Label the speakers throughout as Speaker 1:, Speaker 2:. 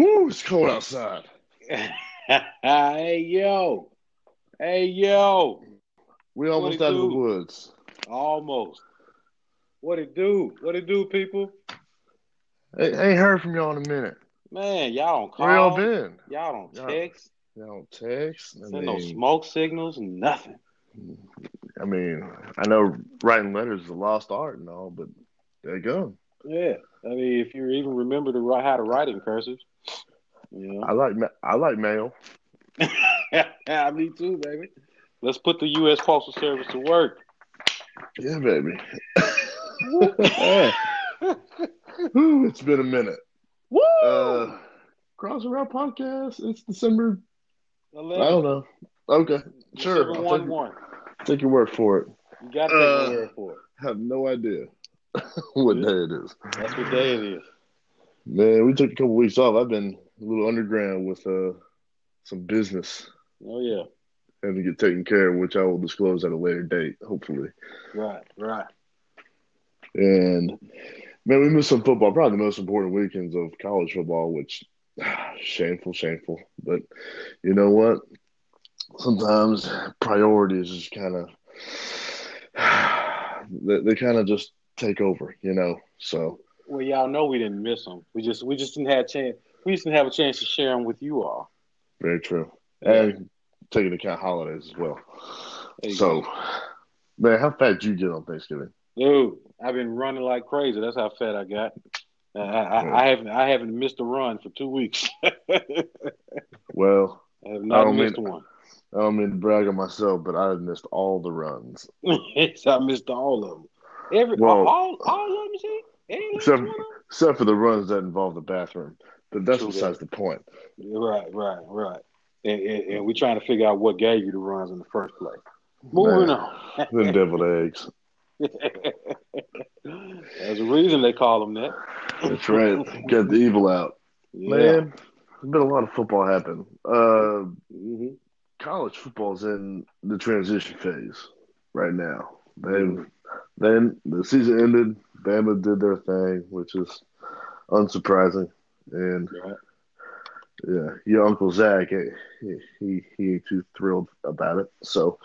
Speaker 1: Ooh, it's cold outside.
Speaker 2: hey yo, hey yo,
Speaker 1: We almost out of the
Speaker 2: do?
Speaker 1: woods.
Speaker 2: almost. What it do? What it do, people?
Speaker 1: I ain't heard from y'all in a minute.
Speaker 2: Man, y'all don't call.
Speaker 1: Where y'all been?
Speaker 2: Y'all don't
Speaker 1: Y'all-
Speaker 2: text.
Speaker 1: Y'all text. I
Speaker 2: Send no
Speaker 1: mean-
Speaker 2: smoke signals. Nothing.
Speaker 1: I mean, I know writing letters is a lost art and all, but there you go.
Speaker 2: Yeah, I mean, if you even remember to write how to write in cursive, you
Speaker 1: I like ma- I like mail.
Speaker 2: know. Me too, baby. Let's put the U.S. Postal Service to work.
Speaker 1: Yeah, baby. Ooh, it's been a minute.
Speaker 2: Woo!
Speaker 1: Uh, Cross Around Podcast. It's December. I
Speaker 2: 11,
Speaker 1: don't know. Okay, sure.
Speaker 2: December
Speaker 1: I'll
Speaker 2: one
Speaker 1: take,
Speaker 2: one.
Speaker 1: take your word for it.
Speaker 2: You got that
Speaker 1: Uh,
Speaker 2: word for it.
Speaker 1: Have no idea what day it is.
Speaker 2: That's what day it is.
Speaker 1: Man, we took a couple weeks off. I've been a little underground with uh some business
Speaker 2: Oh yeah.
Speaker 1: having to get taken care of, which I will disclose at a later date, hopefully.
Speaker 2: Right. Right.
Speaker 1: And man, we missed some football. Probably the most important weekends of college football, which shameful, shameful. But you know what? Sometimes priorities just kind of they, they kind of just take over, you know. So
Speaker 2: Well, y'all know we didn't miss them. We just we just didn't have a chance. We just didn't have a chance to share them with you all.
Speaker 1: very true.
Speaker 2: Yeah.
Speaker 1: And take into account holidays as well.
Speaker 2: There you
Speaker 1: So man, how fat did you get on Thanksgiving?
Speaker 2: Dude, I've been running like crazy. That's how fat I got. I, I, I haven't I haven't missed a run for two weeks. I
Speaker 1: Well,
Speaker 2: have not
Speaker 1: Oh, man.
Speaker 2: missed one.
Speaker 1: I don't mean to brag on myself, but I missed all the runs.
Speaker 2: so I missed all of them. Every
Speaker 1: Well-
Speaker 2: all all of them, see? Every last
Speaker 1: Except-
Speaker 2: one of 'em?
Speaker 1: except for the runs that involve the bathroom. But that's
Speaker 2: True that.
Speaker 1: besides the point.
Speaker 2: Right, right, right. And, and, and we're trying to figure out what gave you the runs in the first place. Moving
Speaker 1: Man,
Speaker 2: on.
Speaker 1: Them deviled eggs.
Speaker 2: There's a reason they call them that.
Speaker 1: That's right. Get the evil out.
Speaker 2: Yeah.
Speaker 1: Man, there's been a lot of football happen. Uh,
Speaker 2: hmm
Speaker 1: college football's in the transition phase right now. They've
Speaker 2: Mm-hmm.
Speaker 1: then the season ended. Bama did their thing, which is unsurprising. And
Speaker 2: Right.
Speaker 1: yeah, your uncle Zach, eh, he he, he ain't too thrilled about it. So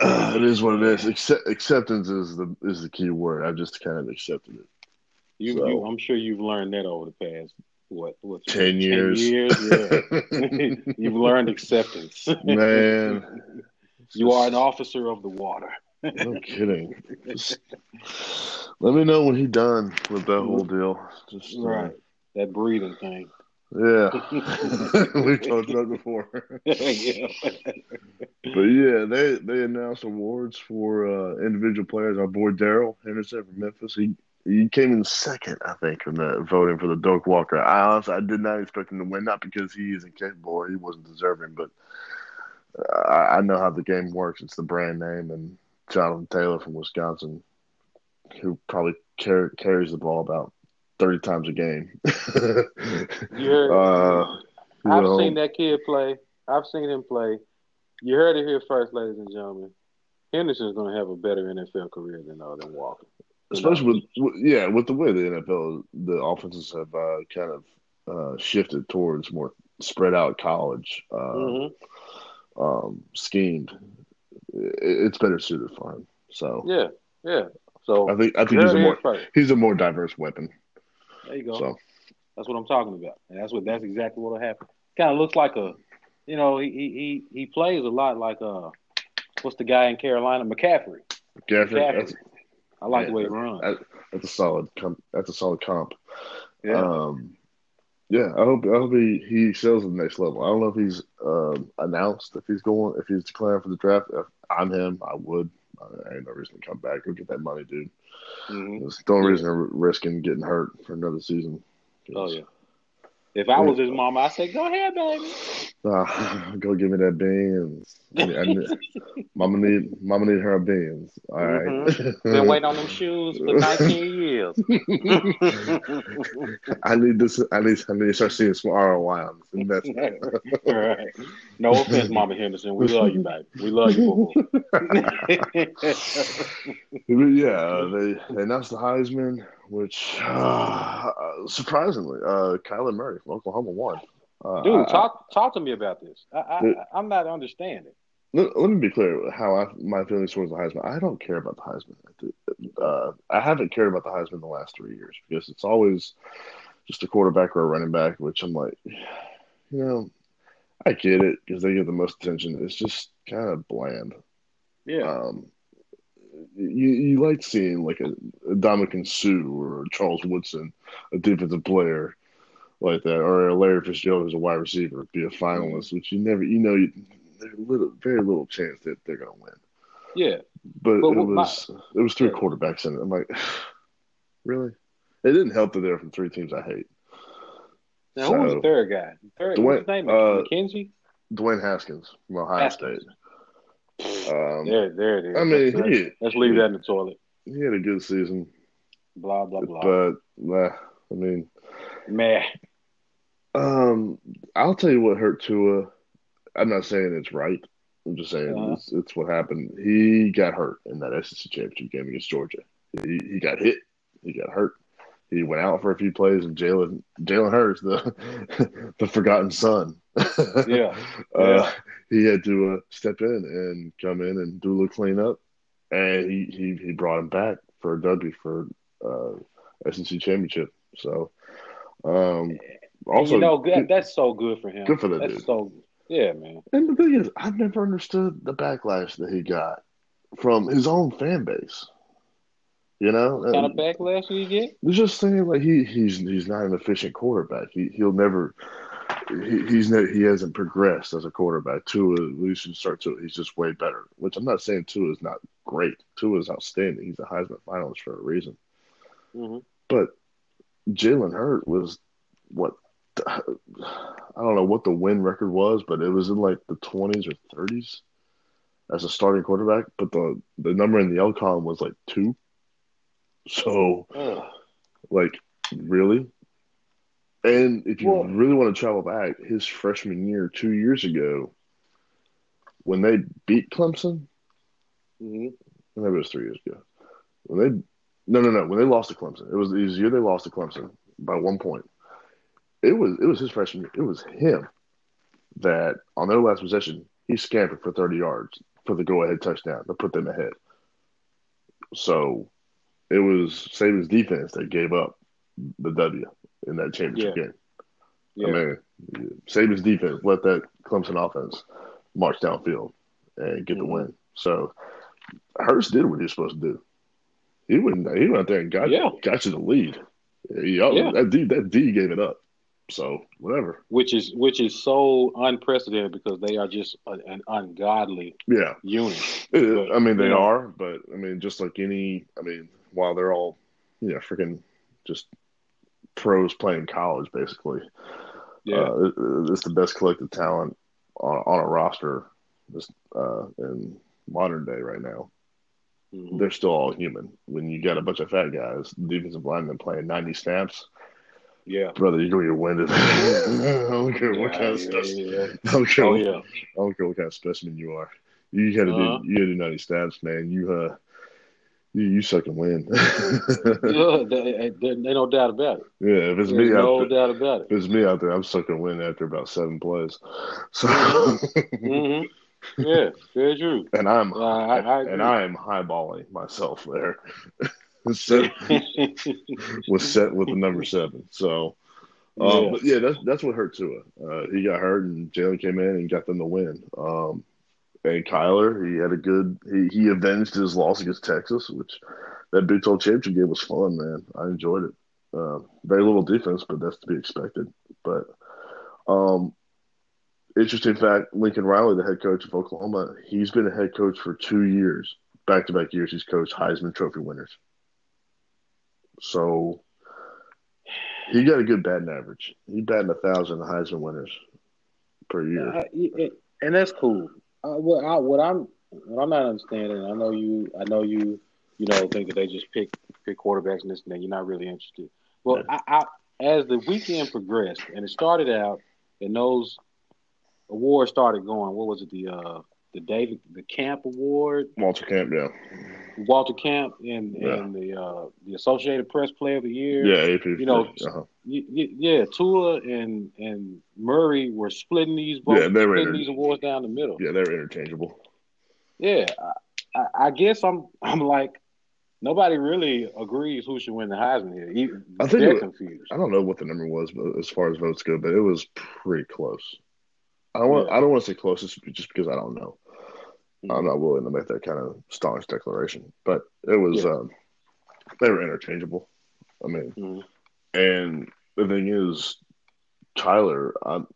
Speaker 1: uh, it is what it is. Accept, acceptance is the is the key word. I've just kind of accepted it.
Speaker 2: You,
Speaker 1: So-
Speaker 2: you, I'm sure you've learned that over the past what, what
Speaker 1: 10 years.
Speaker 2: years, yeah. you've learned acceptance.
Speaker 1: Man,
Speaker 2: you are an officer of the water.
Speaker 1: No kidding. Just let me know when he done with that whole deal. Just uh,
Speaker 2: Right. That breathing thing.
Speaker 1: yeah, we've talked about it before.
Speaker 2: yeah.
Speaker 1: But yeah, they they announced awards for uh, individual players. Our boy Daryl Henderson from Memphis, he he came in second, I think, in the voting for the Doak Walker. I honestly I did not expect him to win, not because he isn't capable, or he wasn't deserving, but uh, I, I know how the game works. It's the brand name, and Jonathan Taylor from Wisconsin, who probably car- carries the ball about thirty times a game.
Speaker 2: You heard,
Speaker 1: Uh, you
Speaker 2: I've
Speaker 1: know,
Speaker 2: seen that kid play. I've seen him play. You heard it here first, ladies and gentlemen. Henderson's going to have a better NFL career than uh, than Walker.
Speaker 1: especially with, with yeah with the way the NFL the offenses have uh, kind of uh, shifted towards more spread out college uh,
Speaker 2: Mhm.
Speaker 1: um, schemed. It, it's better suited for him. So
Speaker 2: Yeah, yeah. So
Speaker 1: I think I
Speaker 2: you
Speaker 1: think he's a
Speaker 2: heard it here
Speaker 1: more
Speaker 2: first.
Speaker 1: he's a more diverse weapon.
Speaker 2: There you go.
Speaker 1: So
Speaker 2: That's what I'm talking about, and that's what that's exactly what'll happen. Kind of looks like a, you know, he he he he plays a lot like uh, what's the guy in Carolina, McCaffrey.
Speaker 1: Gaffney,
Speaker 2: McCaffrey.
Speaker 1: that's
Speaker 2: I like
Speaker 1: Yeah,
Speaker 2: the way he runs.
Speaker 1: I- that's a solid comp. That's a solid comp.
Speaker 2: yeah,
Speaker 1: Um, yeah, I hope I hope he, he excels at the next level. I don't know if he's um, announced if he's going if he's declaring for the draft. If I'm him, I would. I ain't no reason to come back. Go get that money, dude.
Speaker 2: Mhm.
Speaker 1: There's no reason to risk him getting hurt for another season.
Speaker 2: oh yeah. If I was his mama, I say, "Go ahead, baby."
Speaker 1: Ah, go give me that beans. I need- I need- mama need mama need her beans. All right.
Speaker 2: Mm-hmm. Been waiting on them shoes for 19 years.
Speaker 1: I need this. I need. I need to start seeing some ROI on this investment.
Speaker 2: right. No offense, Mama Henderson. We love you, baby. We love you, boo boo.
Speaker 1: yeah, they, they uh, announced the Heisman, which uh, surprisingly, uh, Kyler Murray from Oklahoma won. Uh,
Speaker 2: Dude,
Speaker 1: I-
Speaker 2: talk talk to me about this. I, I,
Speaker 1: Dude.
Speaker 2: I I'm not understanding.
Speaker 1: Let, let me be clear how I, my feelings towards the Heisman. I don't care about the Heisman. Uh, I haven't cared about the Heisman in the last three years because it's always just a quarterback or a running back, which I'm like, you know, I get it because they get the most attention. It's just kind of bland.
Speaker 2: Yeah,
Speaker 1: Um, you, you like seeing like a, a Dominican Sue or a Charles Woodson, a defensive player like that, or a Larry Fitzgerald who's a wide receiver be a finalist, which you never you know you, there's little very little chance that they're gonna win.
Speaker 2: yeah.
Speaker 1: But,
Speaker 2: But
Speaker 1: it
Speaker 2: what my-
Speaker 1: was it was three
Speaker 2: Yeah.
Speaker 1: quarterbacks in it. I'm like, really? It didn't help that they're from three teams I hate.
Speaker 2: Now who was
Speaker 1: So-
Speaker 2: the third guy? Third, what's his
Speaker 1: Dwayne-
Speaker 2: name?
Speaker 1: uh,
Speaker 2: McKenzie.
Speaker 1: Dwayne Haskins from Ohio
Speaker 2: Haskins.
Speaker 1: State. Um,
Speaker 2: There, there it is.
Speaker 1: I mean,
Speaker 2: let's,
Speaker 1: he,
Speaker 2: let's leave that in the toilet.
Speaker 1: he had a good season,
Speaker 2: Blah blah blah.
Speaker 1: but nah, I mean.
Speaker 2: Meh.
Speaker 1: Um, I'll tell you what hurt Tua. I'm not saying it's right. I'm just saying
Speaker 2: Uh-huh.
Speaker 1: it's, it's what happened. He got hurt in that SEC championship game against Georgia. He he got hit. He got hurt. He went out for a few plays, and Jalen Jalen Hurts, the the forgotten son,
Speaker 2: Yeah.
Speaker 1: uh, he had to uh, step in and come in and do a little cleanup, and he he, he brought him back for a W for uh, SEC championship. So, um, also
Speaker 2: you know that, that's so good for him.
Speaker 1: Good for that
Speaker 2: That's
Speaker 1: dude.
Speaker 2: so yeah, man.
Speaker 1: And the thing is, I've never understood the backlash that he got from his own fan base. You know,
Speaker 2: Kind of
Speaker 1: And
Speaker 2: backlash you get.
Speaker 1: they're just saying like he he's he's not an efficient quarterback. He he'll never he, he's ne- he hasn't progressed as a quarterback. Tua, we should start to he's just way better. Which I'm not saying Tua is not great. Tua is outstanding. He's a Heisman finalist for a reason.
Speaker 2: hmm
Speaker 1: But Jalen Hurt was what I don't know what the win record was, but it was in like the twenties or thirties as a starting quarterback. But the the number in the L column was like two. So like really, and if you
Speaker 2: Well-
Speaker 1: really want to travel back, his freshman year two years ago, when they beat Clemson,
Speaker 2: hmm
Speaker 1: maybe it was three years ago. When they no no no when they lost to Clemson, it was, it was the year they lost to Clemson by one point. It was it was his freshman year. It was him that on their last possession he scampered for thirty yards for the go ahead touchdown to put them ahead. So it was Saban's defense that gave up the W in that championship
Speaker 2: Yeah.
Speaker 1: game.
Speaker 2: Yeah.
Speaker 1: I mean, Saban's defense let that Clemson offense march downfield and get the
Speaker 2: Mhm.
Speaker 1: win. So Hurst did what he was supposed to do. He went he went out there and got
Speaker 2: Yeah.
Speaker 1: got you the lead. Yeah,
Speaker 2: Yeah.
Speaker 1: that D that D gave it up. So whatever.
Speaker 2: Which is which is so unprecedented because they are just a, an ungodly
Speaker 1: Yeah,
Speaker 2: unit.
Speaker 1: It- I mean they
Speaker 2: you know.
Speaker 1: are, but I mean just like any, I mean while they're all you know freaking just pros playing college basically.
Speaker 2: Yeah.
Speaker 1: Uh, it- it's the best collective talent on, on a roster just, uh, in modern day right now.
Speaker 2: Mhm.
Speaker 1: They're still all human. When you got a bunch of fat guys, defensive linemen playing 90 snaps,
Speaker 2: Yeah.
Speaker 1: brother, you're going to get winded. I don't care what
Speaker 2: Yeah,
Speaker 1: kind of
Speaker 2: yeah,
Speaker 1: specimen.
Speaker 2: yeah.
Speaker 1: I don't care.
Speaker 2: Oh
Speaker 1: what-
Speaker 2: yeah.
Speaker 1: I don't care what kind of specimen you are. You got to
Speaker 2: Uh-huh.
Speaker 1: do. You got to do 90 snaps, man. You uh, you, you suck and win.
Speaker 2: yeah they, they, they no doubt about it.
Speaker 1: yeah, if it's
Speaker 2: There's
Speaker 1: me,
Speaker 2: no
Speaker 1: out there,
Speaker 2: doubt about
Speaker 1: if it's me out there, I'm sucking win after about seven plays. So.
Speaker 2: it. hmm Yeah, very true.
Speaker 1: And I'm
Speaker 2: Yeah, I- I agree.
Speaker 1: and I am highballing myself there. set, was set with the number seven. So, um,
Speaker 2: Yeah.
Speaker 1: but yeah, that's that's what hurt Tua. Uh, he got hurt, and Jalen came in and got them the win. Um, and Kyler, he had a good. He, he avenged his loss against Texas, which that Big Twelve championship game was fun, man. I enjoyed it. Uh, very little defense, but that's to be expected. But um, interesting fact: Lincoln Riley, the head coach of Oklahoma, he's been a head coach for two years, back to back years. He's coached Heisman Trophy winners, so he got a good batting average. He batting a thousand Heisman winners per year.
Speaker 2: Uh, yeah, and that's cool. Uh, what, I, what I'm what I'm not understanding, I know you, I know you, you know, think that they just pick pick quarterbacks and this and that. You're not really interested. Well, I, I as the weekend progressed and it started out, and those awards started going. What was it? The uh, the David the Camp Award,
Speaker 1: Walter Camp, yeah,
Speaker 2: Walter Camp, and
Speaker 1: Yeah.
Speaker 2: and the uh, the Associated Press Player of the Year.
Speaker 1: yeah, AP.
Speaker 2: You know,
Speaker 1: uh-huh.
Speaker 2: Y- y- yeah, Tua and and Murray were splitting these both,
Speaker 1: Yeah, they were
Speaker 2: splitting
Speaker 1: inter-
Speaker 2: these awards down the middle.
Speaker 1: yeah, they're interchangeable.
Speaker 2: Yeah, I, I, I guess I'm I'm like nobody really agrees who should win the Heisman here. Even,
Speaker 1: I think
Speaker 2: they're
Speaker 1: it-
Speaker 2: confused.
Speaker 1: I don't know what the number was, but as far as votes go, but it was pretty close. I don't want.
Speaker 2: Yeah.
Speaker 1: I don't want to say closest, just because I don't know.
Speaker 2: Mhm.
Speaker 1: I'm not willing to make that kind of staunch declaration, but it was.
Speaker 2: Yeah.
Speaker 1: Um, they were interchangeable. I mean,
Speaker 2: Mhm.
Speaker 1: and the thing is, Tyler, I'm.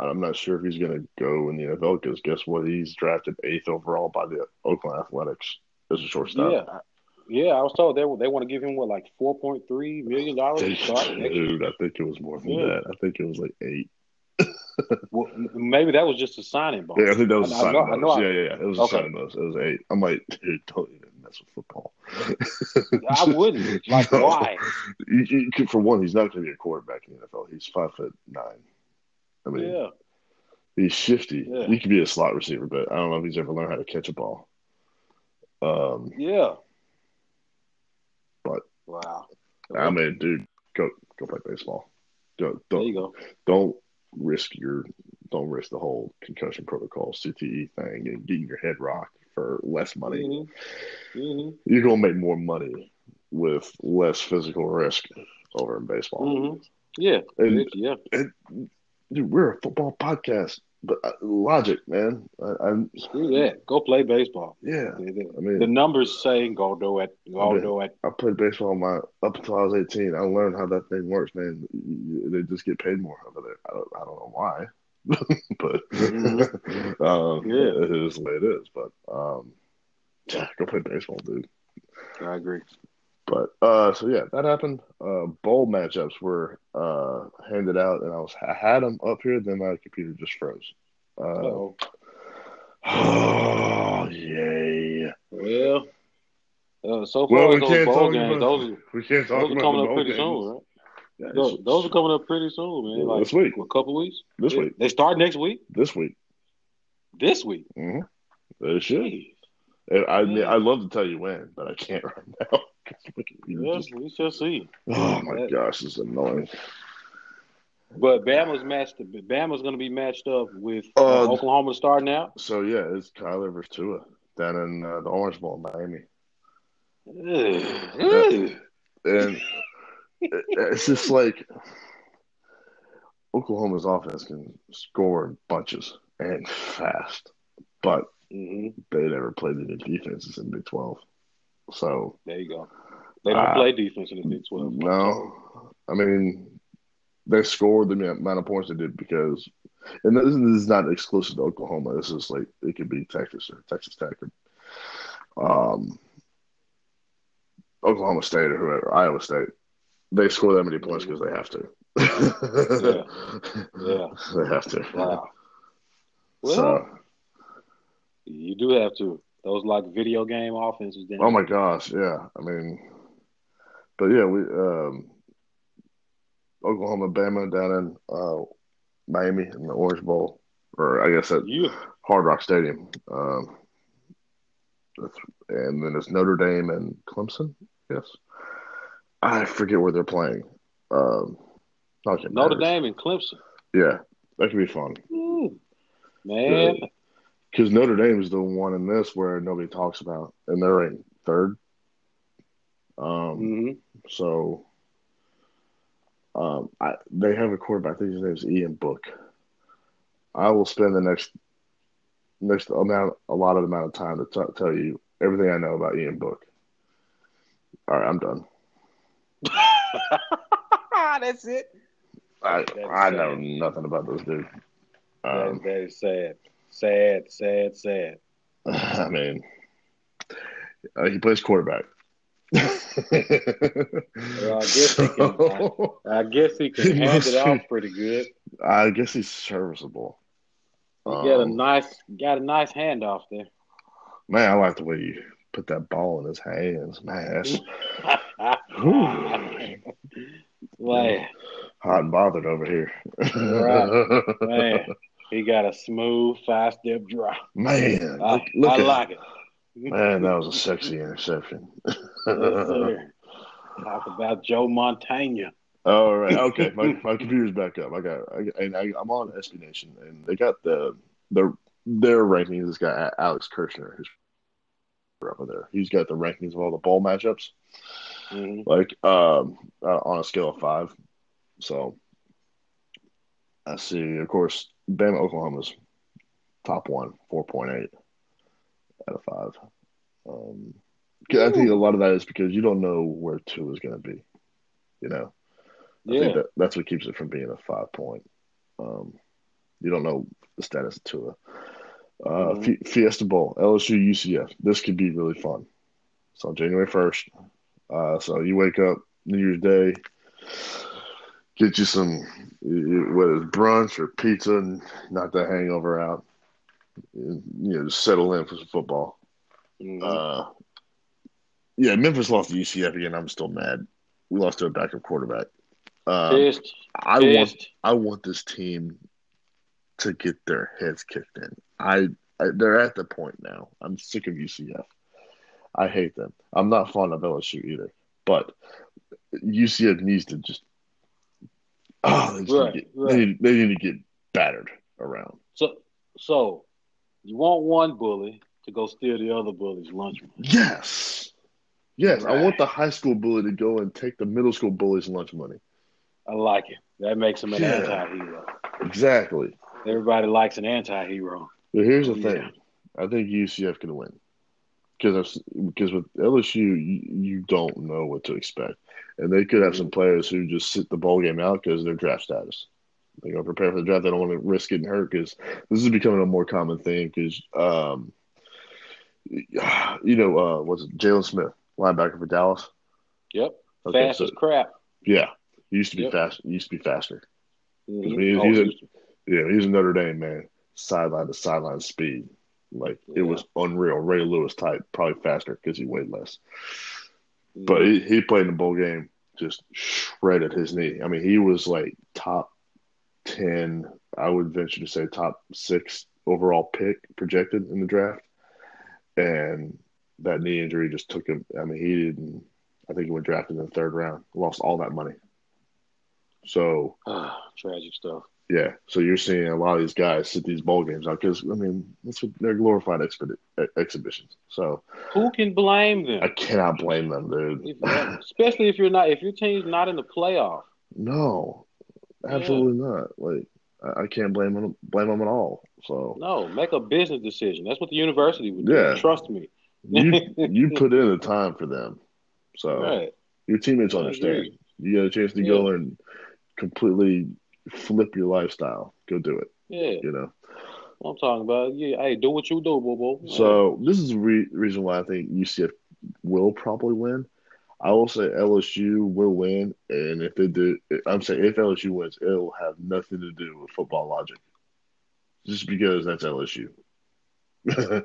Speaker 1: I'm not sure if he's going to go in the NFL because guess what? He's drafted eighth overall by the Oakland Athletics as a shortstop.
Speaker 2: Yeah, I- yeah. I was told they they want to give him what like four point three million dollars to start. next year.
Speaker 1: Dude, I think it was more than
Speaker 2: Oh, Yeah.
Speaker 1: that. I think it was like eight.
Speaker 2: Well, m- maybe that was just a signing bonus.
Speaker 1: Yeah, I think that was a
Speaker 2: I- I
Speaker 1: sign
Speaker 2: know-
Speaker 1: of
Speaker 2: I know
Speaker 1: most.
Speaker 2: I-
Speaker 1: Yeah, yeah, yeah. It was a
Speaker 2: Okay.
Speaker 1: sign of most. It was eight. I'm like, dude, don't even mess with football.
Speaker 2: I wouldn't like
Speaker 1: No.
Speaker 2: why.
Speaker 1: You- you can- for one, he's not going to be a quarterback in the NFL. He's five foot nine. I mean,
Speaker 2: Yeah,
Speaker 1: he's shifty.
Speaker 2: Yeah.
Speaker 1: He could be a slot receiver, but I don't know if he's ever learned how to catch a ball. Um,
Speaker 2: yeah.
Speaker 1: But-
Speaker 2: wow,
Speaker 1: I mean, dude, go go play baseball. Go,
Speaker 2: there
Speaker 1: don't
Speaker 2: you go.
Speaker 1: don't risk your don't risk the whole concussion protocol CTE thing and getting your head rocked for less money. Mm-hmm.
Speaker 2: hmm hmm
Speaker 1: you're gonna make more money with less physical risk over in baseball.
Speaker 2: hmm Yeah,
Speaker 1: Mm-hmm. And-
Speaker 2: yeah.
Speaker 1: Dude, we're a football podcast, but uh, logic, man. I, I'm
Speaker 2: Screw that. Go play baseball.
Speaker 1: yeah.
Speaker 2: The- the-
Speaker 1: I mean,
Speaker 2: The numbers say go do it, go
Speaker 1: Yeah.
Speaker 2: do it.
Speaker 1: I played baseball my up until I was 18. I learned how that thing works, man. They just get paid more over there. I don't, I don't know why, but um,
Speaker 2: Yeah.
Speaker 1: it is the way it is. But um, yeah, go play baseball, dude.
Speaker 2: I agree.
Speaker 1: But uh, so yeah, that happened. Uh, bowl matchups were uh handed out, and I was I had them up here. Then my computer just froze. Uh,
Speaker 2: oh
Speaker 1: oh yay!
Speaker 2: Well, uh, so far
Speaker 1: Well, we
Speaker 2: those
Speaker 1: can't
Speaker 2: bowl
Speaker 1: talk
Speaker 2: games,
Speaker 1: about-
Speaker 2: those are-
Speaker 1: We can't talk
Speaker 2: those are
Speaker 1: about
Speaker 2: coming
Speaker 1: the
Speaker 2: up
Speaker 1: bowl
Speaker 2: pretty
Speaker 1: games.
Speaker 2: soon, right?
Speaker 1: Yeah,
Speaker 2: Those,
Speaker 1: it's-
Speaker 2: those are coming up pretty soon, man.
Speaker 1: Yeah,
Speaker 2: Like
Speaker 1: this week.
Speaker 2: a couple weeks.
Speaker 1: this
Speaker 2: They-
Speaker 1: week,
Speaker 2: They start next week.
Speaker 1: this week.
Speaker 2: This week.
Speaker 1: hmm They should.
Speaker 2: Jeez.
Speaker 1: And I mean,
Speaker 2: Yeah.
Speaker 1: I'd love to tell you when, but I can't right now. 'Cause we can- we can
Speaker 2: Yeah,
Speaker 1: just-
Speaker 2: we shall see.
Speaker 1: oh my
Speaker 2: That-
Speaker 1: gosh, this is annoying.
Speaker 2: But Bama's matched. Bama's going to be matched up with
Speaker 1: Uh,
Speaker 2: uh, Oklahoma to start now.
Speaker 1: So yeah, it's Kyler versus Tua down in uh, the Orange Bowl, in Miami.
Speaker 2: Ugh.
Speaker 1: Yeah. and it- it's just like Oklahoma's offense can score in bunches and fast, but
Speaker 2: Mhm.
Speaker 1: they never played any defenses in Big Twelve. So
Speaker 2: There you go. They don't
Speaker 1: Uh,
Speaker 2: play defense in the Big Twelve.
Speaker 1: no, I mean they scored the amount of points they did because, and this this is not exclusive to Oklahoma. This is like it could be Texas or Texas Tech or um, Oklahoma State or whoever, Iowa State. They score that many points because they have to.
Speaker 2: Yeah.
Speaker 1: They have to.
Speaker 2: Wow. Well,
Speaker 1: So,
Speaker 2: you do have to. Those like video game offenses. Then.
Speaker 1: oh my gosh, yeah. I mean, but yeah, we um, Oklahoma, Bama down in uh, Miami in the Orange Bowl, or I guess at
Speaker 2: You.
Speaker 1: Hard Rock Stadium. Um, that's, and then it's Notre Dame and Clemson. Yes, I forget where they're playing. Um, not that it
Speaker 2: Notre
Speaker 1: matters.
Speaker 2: Dame and Clemson.
Speaker 1: Yeah, that could be fun.
Speaker 2: Ooh. Man,
Speaker 1: Because Notre Dame is the one in this where nobody talks about, and they're ranked third. Um,
Speaker 2: hmm
Speaker 1: so um, I, they have a quarterback. I think his name is Ian Book. I will spend the next next amount a lot of amount of time to t- tell you everything I know about Ian Book. All right, I'm done.
Speaker 2: that's it.
Speaker 1: I
Speaker 2: That's
Speaker 1: I know
Speaker 2: sad.
Speaker 1: nothing about this dude. Um,
Speaker 2: that is sad. Sad, sad, sad.
Speaker 1: I mean, uh, he plays quarterback.
Speaker 2: I guess he can-
Speaker 1: So,
Speaker 2: I guess he
Speaker 1: He
Speaker 2: can hand
Speaker 1: must
Speaker 2: it
Speaker 1: be-
Speaker 2: off pretty good.
Speaker 1: I guess he's serviceable.
Speaker 2: He got a
Speaker 1: Um,
Speaker 2: nice, got a nice handoff there.
Speaker 1: man, I like the way you put that ball in his hands. Man, that's whew,
Speaker 2: man,
Speaker 1: hot and bothered over here.
Speaker 2: Right. man, He got a smooth five step drop.
Speaker 1: Man,
Speaker 2: I,
Speaker 1: look, look
Speaker 2: I
Speaker 1: at
Speaker 2: like it.
Speaker 1: man, that was a sexy interception.
Speaker 2: Yes, sir. Talk about Joe Montana.
Speaker 1: All right, okay. My my computer's back up. I got, I, and I, I'm on SB Nation, and they got the their their rankings. This guy Alex Kirshner, who's over there, he's got the rankings of all the bowl matchups,
Speaker 2: Mhm.
Speaker 1: like um uh, on a scale of five. So I see, of course, Bama Oklahoma's top one, four point eight out of five. Um, 'cause I think a lot of that is because you don't know where two is going to be, you know. I
Speaker 2: Yeah.
Speaker 1: think that, that's what keeps it from being a five point. Um, you don't know the status of Tua. Uh,
Speaker 2: Mhm.
Speaker 1: Fi- Fiesta Bowl, LSU, UCF. This could be really fun. So January first. Uh, so you wake up New Year's Day, get you some you- you- whether it's brunch or pizza, and knock that hangover out. You know, just settle in for some football.
Speaker 2: Mhm.
Speaker 1: Uh, yeah, Memphis lost to UCF again. I'm still mad. We lost to a backup quarterback. Um,
Speaker 2: Pissed.
Speaker 1: I want
Speaker 2: Pissed.
Speaker 1: I want this team to get their heads kicked in. I, I they're at the point now. I'm sick of UCF. I hate them. I'm not fond of LSU either, but UCF needs to just oh, they, just
Speaker 2: Right,
Speaker 1: need to get,
Speaker 2: right.
Speaker 1: They, need, they need to get battered around.
Speaker 2: So, so you want one bully to go steal the other bully's lunch money.
Speaker 1: Yes. Yes, I want
Speaker 2: Right.
Speaker 1: the high school bully to go and take the middle school bully's lunch money.
Speaker 2: I like it. That makes him an
Speaker 1: Yeah.
Speaker 2: anti-hero.
Speaker 1: Exactly.
Speaker 2: Everybody likes an anti-hero.
Speaker 1: But here's the
Speaker 2: Yeah.
Speaker 1: thing: I think UCF can win because because with LSU, you, you don't know what to expect, and they could have some
Speaker 2: Mm-hmm.
Speaker 1: players who just sit the bowl game out because of their draft status. They gonna prepare for the draft. They don't want to risk getting hurt because this is becoming a more common thing. Because um, you know, uh, what's it, Jalen Smith, linebacker for Dallas?
Speaker 2: Yep.
Speaker 1: Okay,
Speaker 2: Fast
Speaker 1: so
Speaker 2: as crap.
Speaker 1: yeah, he used to be
Speaker 2: Yep.
Speaker 1: fast. he Used to be faster.
Speaker 2: Mhm.
Speaker 1: he's-
Speaker 2: Oh,
Speaker 1: he's a-
Speaker 2: he's-
Speaker 1: Yeah, he's a Notre Dame man. Sideline to sideline speed, like it was unreal. Ray Lewis type, probably faster because he weighed less.
Speaker 2: mm-hmm.
Speaker 1: But he, he played in the bowl game, just shredded his knee. I mean, he was like top ten. I would venture to say top six overall pick projected in the draft, and that knee injury just took him. I mean, he didn't. I think he went drafted in the third round. Lost all that money. So
Speaker 2: Ah, tragic stuff.
Speaker 1: yeah, so you're seeing a lot of these guys sit these bowl games out because I mean that's what they're glorified expedi- e- exhibitions. So
Speaker 2: Who can blame
Speaker 1: I
Speaker 2: them?
Speaker 1: cannot blame them, dude.
Speaker 2: If- uh, especially if you're not, if your team's not in the playoff.
Speaker 1: no, absolutely not. Like I, I can't blame them, blame them at all. So
Speaker 2: No, make a business decision. That's what the university would do.
Speaker 1: Yeah.
Speaker 2: Trust me.
Speaker 1: you you put in the time for them. So
Speaker 2: Right.
Speaker 1: your teammates
Speaker 2: I
Speaker 1: understand.
Speaker 2: agree.
Speaker 1: You got a chance to go and completely flip your lifestyle. Go do it.
Speaker 2: Yeah.
Speaker 1: You know.
Speaker 2: I'm talking about. Yeah. Hey, do what you do, boo boo.
Speaker 1: So this is the re- reason why I think UCF will probably win. I will say LSU will win, and if they do, I'm saying if LSU wins, it'll have nothing to do with football logic, just because that's LSU.
Speaker 2: and,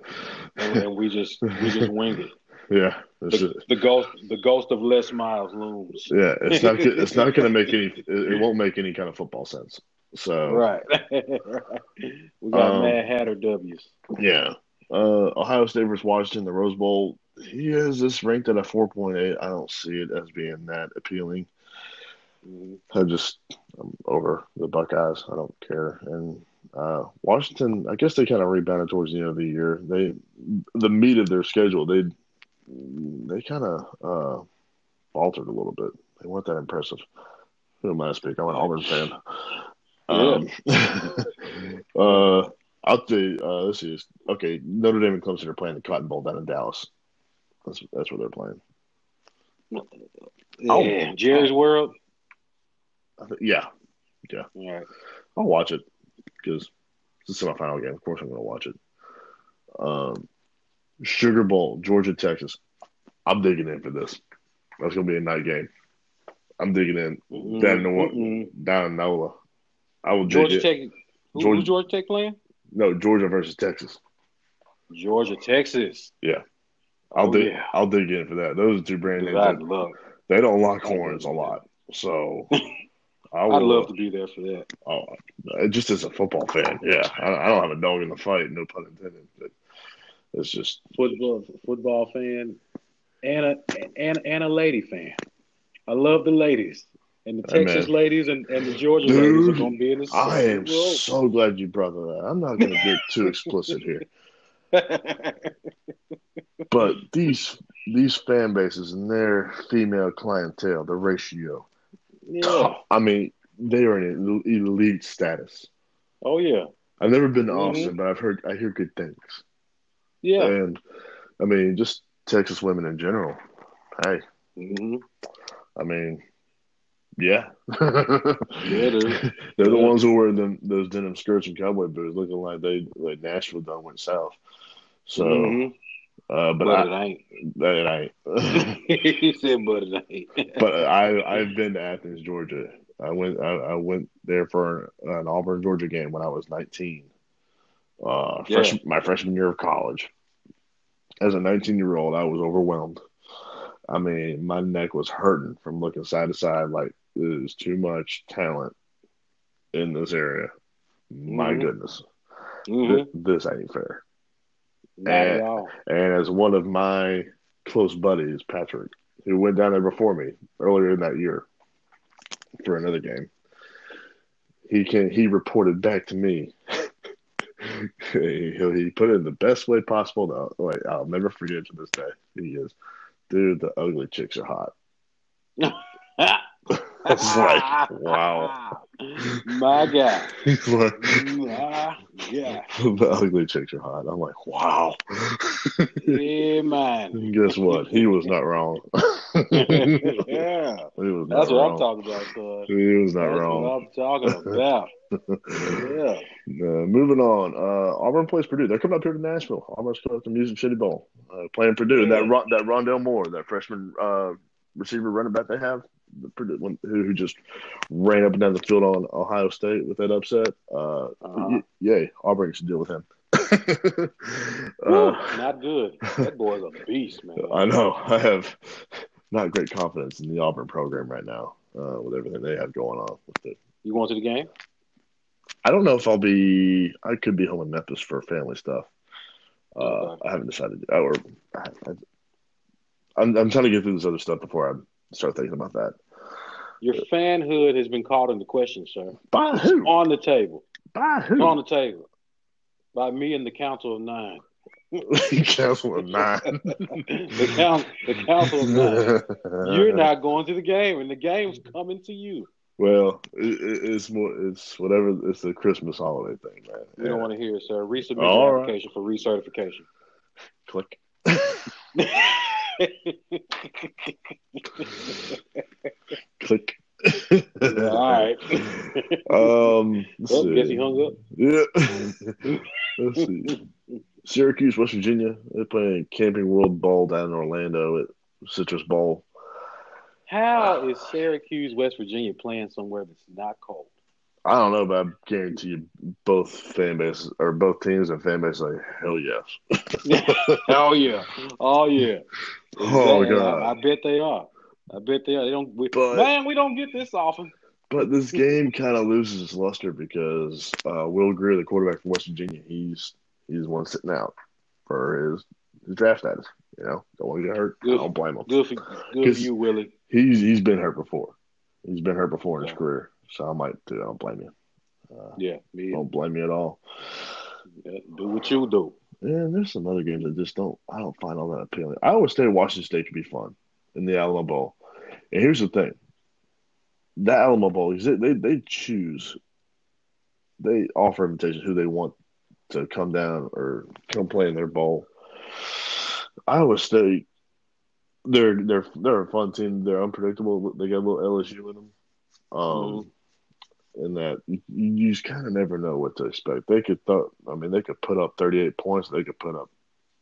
Speaker 2: and we just we just wing it.
Speaker 1: yeah, that's
Speaker 2: The,
Speaker 1: it.
Speaker 2: the ghost the ghost of Les Miles looms.
Speaker 1: Yeah, it's not. go- It's not going to make any. It, it won't make any kind of football sense. So
Speaker 2: Right. we got
Speaker 1: Um,
Speaker 2: Mad Hatter W's.
Speaker 1: Yeah. Uh, Ohio State versus Washington, the Rose Bowl. He is this ranked at a 4.8. I don't see it as being that appealing.
Speaker 2: Mhm.
Speaker 1: I just I'm over the Buckeyes. I don't care. And uh, Washington, I guess they kind of rebounded towards the end of the year. They the meat of their schedule, they they kind of uh, altered a little bit. They weren't that impressive. Who am I to speak? I'm an Auburn fan. Um, uh, I'll tell you, uh, this is okay. Notre Dame and Clemson are playing the Cotton Bowl down in Dallas. That's that's where they're playing. Oh.
Speaker 2: Yeah, Jerry's World.
Speaker 1: I th- yeah,
Speaker 2: All right.
Speaker 1: I'll watch it because it's a semifinal game. Of course, I'm going to watch it. Um, Sugar Bowl, Georgia, Texas. I'm digging in for this. That's going to be a night game. I'm digging in
Speaker 2: Mm-mm.
Speaker 1: Down in the one-
Speaker 2: Mm-mm.
Speaker 1: down in NOLA. I will dig
Speaker 2: Mm-hmm. Georgia
Speaker 1: it.
Speaker 2: Tech. Who,
Speaker 1: Georgia-
Speaker 2: who Georgia Tech playing?
Speaker 1: no, Georgia versus Texas.
Speaker 2: Georgia Texas.
Speaker 1: I'll
Speaker 2: Oh,
Speaker 1: dig.
Speaker 2: yeah.
Speaker 1: I'll dig in for that. Those are two brand names.
Speaker 2: Good
Speaker 1: that-
Speaker 2: luck.
Speaker 1: They don't lock horns a lot, so I
Speaker 2: I'd love to be there for that.
Speaker 1: Oh, just as a football fan, yeah. I, I don't have a dog in the fight, no pun intended. But it's just
Speaker 2: Football football fan and a and and a lady fan. I love the ladies. And the
Speaker 1: Hey,
Speaker 2: Texas
Speaker 1: man.
Speaker 2: ladies and, and the Georgia
Speaker 1: Dude,
Speaker 2: ladies are gonna be in the
Speaker 1: I am
Speaker 2: same
Speaker 1: so glad you brought that. up. I'm not going to get too explicit here,
Speaker 2: row.
Speaker 1: but these these fan bases and their female clientele, the ratio.
Speaker 2: yeah.
Speaker 1: I mean, they are in an elite status.
Speaker 2: Oh yeah.
Speaker 1: I've never been to
Speaker 2: Mhm.
Speaker 1: Austin, but I've heard I hear good things.
Speaker 2: Yeah.
Speaker 1: And I mean, just Texas women in general. Hey,
Speaker 2: hmm
Speaker 1: I mean, yeah,
Speaker 2: dude.
Speaker 1: They're the
Speaker 2: Yeah.
Speaker 1: ones who wear them those denim skirts and cowboy boots, looking like they like Nashville done went south. So,
Speaker 2: Mhm.
Speaker 1: uh,
Speaker 2: but,
Speaker 1: but I,
Speaker 2: it
Speaker 1: that it ain't.
Speaker 2: ain't. he said, but it ain't.
Speaker 1: but I I've been to Athens, Georgia. I went I, I went there for an Auburn, Georgia game when I was 19. Uh,
Speaker 2: Yeah.
Speaker 1: fresh, my freshman year of college. As a 19 year old, I was overwhelmed. I mean, my neck was hurting from looking side to side. Like there's too much talent in this area. My
Speaker 2: Mhm.
Speaker 1: goodness,
Speaker 2: Mhm.
Speaker 1: Th- this ain't fair.
Speaker 2: Not at
Speaker 1: Eh.
Speaker 2: all.
Speaker 1: And as one of my close buddies, Patrick, who went down there before me earlier in that year for another game, he can he reported back to me. he, he put it in the best way possible. No, like I'll never forget it to this day. He is, dude, the ugly chicks are hot. It's like, wow.
Speaker 2: My guy.
Speaker 1: He's like,
Speaker 2: My guy.
Speaker 1: the ugly chicks are hot. I'm like, wow.
Speaker 2: Yeah, man.
Speaker 1: And guess what? He was not wrong. he
Speaker 2: yeah.
Speaker 1: was not
Speaker 2: That's what
Speaker 1: wrong.
Speaker 2: I'm talking about, son.
Speaker 1: He was not
Speaker 2: That's
Speaker 1: wrong.
Speaker 2: what I'm talking about. Yeah.
Speaker 1: Uh, moving on, uh, Auburn plays Purdue. They're coming up here to Nashville. Auburn's coming up to Music City Bowl, uh, playing Purdue.
Speaker 2: Yeah.
Speaker 1: That Ron, that Rondell Moore, that freshman uh, receiver running back they have, the Purdue one, who, who just ran up and down the field on Ohio State with that upset. Uh,
Speaker 2: Uh-huh.
Speaker 1: y- yay, Auburn should deal with him.
Speaker 2: Woo,
Speaker 1: Uh,
Speaker 2: not good. That boy's a beast, man.
Speaker 1: I know. I have not great confidence in the Auburn program right now uh, with everything they have going on with the
Speaker 2: You going to the game?
Speaker 1: I don't know if I'll be. I could be home in Memphis for family stuff. Uh,
Speaker 2: Okay.
Speaker 1: I haven't decided. Or I, I, I'm, I'm trying to get through this other stuff before I start thinking about that.
Speaker 2: Your fanhood has been called into question, sir.
Speaker 1: By who?
Speaker 2: On the table.
Speaker 1: By who?
Speaker 2: On the table. By me and the Council of Nine.
Speaker 1: Council of nine.
Speaker 2: The, count, the Council of Nine. You're not going to the game, and the game's coming to you.
Speaker 1: Well, it, it, it's more. It's whatever. It's the Christmas holiday thing, man.
Speaker 2: We don't want to hear it, sir. Resubmit
Speaker 1: All
Speaker 2: your
Speaker 1: right.
Speaker 2: application for recertification.
Speaker 1: click. Click.
Speaker 2: All right.
Speaker 1: Um. let's
Speaker 2: Well, guess
Speaker 1: see.
Speaker 2: he hung up.
Speaker 1: Yeah. Let's see. Syracuse, West Virginia. They're playing Camping World Bowl down in Orlando at Citrus Bowl.
Speaker 2: How is Syracuse, West Virginia, playing somewhere that's not cold?
Speaker 1: I don't know, but I guarantee you both fan bases or both teams and fan bases are like, hell yes.
Speaker 2: oh yeah, oh yeah.
Speaker 1: Oh
Speaker 2: Exactly.
Speaker 1: god.
Speaker 2: I, I bet they are. I bet they are. They don't. We,
Speaker 1: But-
Speaker 2: man, we don't get this often.
Speaker 1: But this game kind of loses its luster because uh, Will Greer, the quarterback from West Virginia, he's he's the one sitting out for his, his draft status. You know, don't want to get hurt. I don't blame him.
Speaker 2: Good for good for
Speaker 1: Because-
Speaker 2: you, Willie.
Speaker 1: He's he's been hurt before. He's been hurt before in his
Speaker 2: Yeah.
Speaker 1: career. So I'm like, dude, I don't blame you. Uh,
Speaker 2: Yeah, me.
Speaker 1: Don't blame you at all.
Speaker 2: Yeah, Do what you do.
Speaker 1: Yeah, there's some other games that just don't. I don't find all that appealing. I always say Washington State could be fun in the Alamo Bowl. And here's the thing: that Alamo Bowl, is it- they they choose, they offer invitations who they want to come down or come play in their bowl. Iowa State, they're they're they're a fun team. They're unpredictable. They got a little LSU in them. Um,
Speaker 2: Mhm.
Speaker 1: and that you, you just kind of never know what to expect. They could, th- I mean, they could put up 38 points. They could put up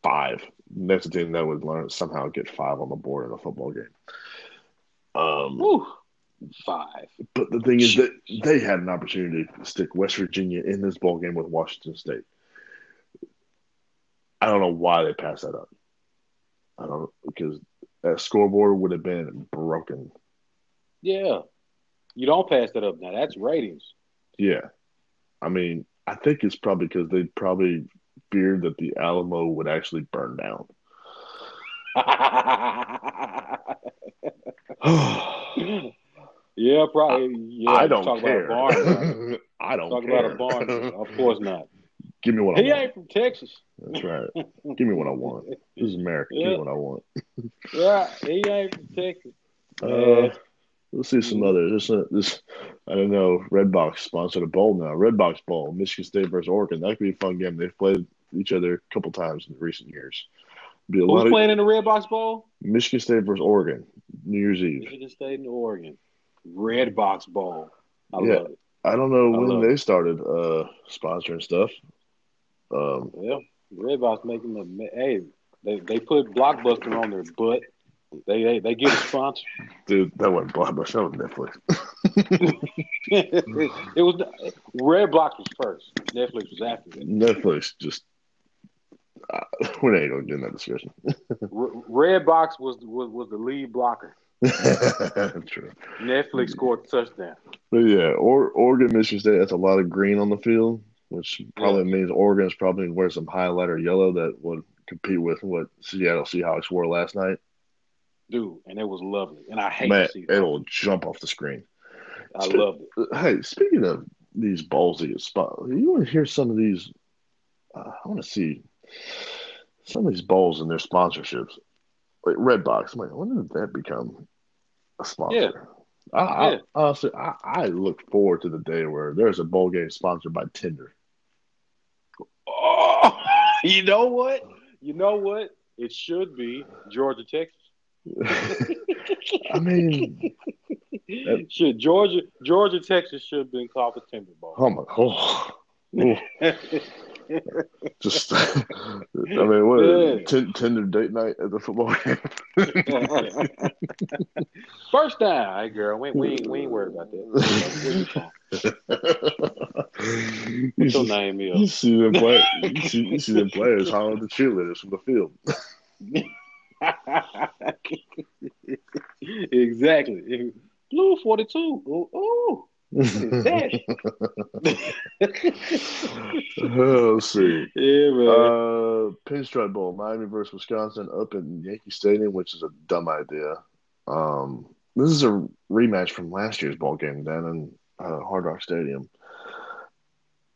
Speaker 1: five. Next team that would learn somehow get five on the board in a football game. Um,
Speaker 2: Whew. Five.
Speaker 1: but the thing is that they had an opportunity to stick West Virginia in this ball game with Washington State. I don't know why they passed that up. I don't because that scoreboard would have been broken
Speaker 2: Yeah. You don't pass that up. Now that's ratings.
Speaker 1: Yeah, I mean, I think it's probably because they probably feared that the Alamo would actually burn down.
Speaker 2: yeah, probably. Yeah,
Speaker 1: I don't
Speaker 2: talk
Speaker 1: care.
Speaker 2: About a barn. right?
Speaker 1: I don't
Speaker 2: talk
Speaker 1: care.
Speaker 2: about a barn. Of course not.
Speaker 1: Give me what I
Speaker 2: He
Speaker 1: want.
Speaker 2: ain't from Texas.
Speaker 1: That's right. Give me what I want. This is America. Give me
Speaker 2: Yeah.
Speaker 1: what I want.
Speaker 2: Yeah, he ain't from Texas.
Speaker 1: Uh,
Speaker 2: Yeah.
Speaker 1: let's see some other. This, uh, this, I don't know. Redbox sponsored a bowl now. Redbox Bowl, Michigan State versus Oregon. That could be a fun game. They've played each other a couple times in recent years. Be a lot
Speaker 2: Who's
Speaker 1: of-
Speaker 2: playing in the Red Box Bowl?
Speaker 1: Michigan State versus Oregon, New Year's Eve.
Speaker 2: Michigan State and Oregon. Red Box Bowl. I
Speaker 1: Yeah.
Speaker 2: love it.
Speaker 1: I don't know
Speaker 2: I
Speaker 1: when
Speaker 2: love
Speaker 1: they started uh, sponsoring stuff. Um,
Speaker 2: Yeah, Red Box making the hey. They they put Blockbuster on their butt. They they, they get a sponsor.
Speaker 1: dude, that wasn't Blockbuster. That was Netflix.
Speaker 2: it was Red Box was first. Netflix was after that.
Speaker 1: Netflix just. Uh, we're not even going to get in that discussion.
Speaker 2: R- Red Box was, was was the lead blocker.
Speaker 1: True.
Speaker 2: Netflix scored the touchdown.
Speaker 1: But yeah, or Oregon, Michigan State. That's a lot of green on the field, which probably means Oregon's probably wear some highlight or yellow that would compete with what Seattle Seahawks wore last night.
Speaker 2: Dude, and it was lovely. And I hate
Speaker 1: Man,
Speaker 2: to see that.
Speaker 1: it'll jump off the screen.
Speaker 2: I loved it.
Speaker 1: Hey, speaking of these ballsy spots, you want to hear some of these? Uh, I want to see some of these balls and their sponsorships. Like Redbox, I'm like, when did that become a sponsor? I, I
Speaker 2: Yeah.
Speaker 1: honestly, I, I look forward to the day where there's a bowl game sponsored by Tinder.
Speaker 2: Oh, you know what? You know what? It should be Georgia, Texas.
Speaker 1: I mean,
Speaker 2: should Georgia, Georgia, Texas should have been called the Timber Bowl.
Speaker 1: oh my, oh, oh, just, I mean, what
Speaker 2: Yeah.
Speaker 1: Tin- Tinder date night at the football game?
Speaker 2: First down, hey girl. We, we, ain't- we ain't worried about that.
Speaker 1: You
Speaker 2: What's your
Speaker 1: just-
Speaker 2: name
Speaker 1: You
Speaker 2: is?
Speaker 1: see them play. You see, you see them players hollering at the cheerleaders from the field.
Speaker 2: exactly. Blue forty two. Ooh, ooh. That.
Speaker 1: Oh, Let's see.
Speaker 2: yeah, man.
Speaker 1: Uh, Pinstripe Bowl, Miami versus Wisconsin, up in Yankee Stadium, which is a dumb idea. Um, this is a rematch from last year's ball game down in uh, Hard Rock Stadium.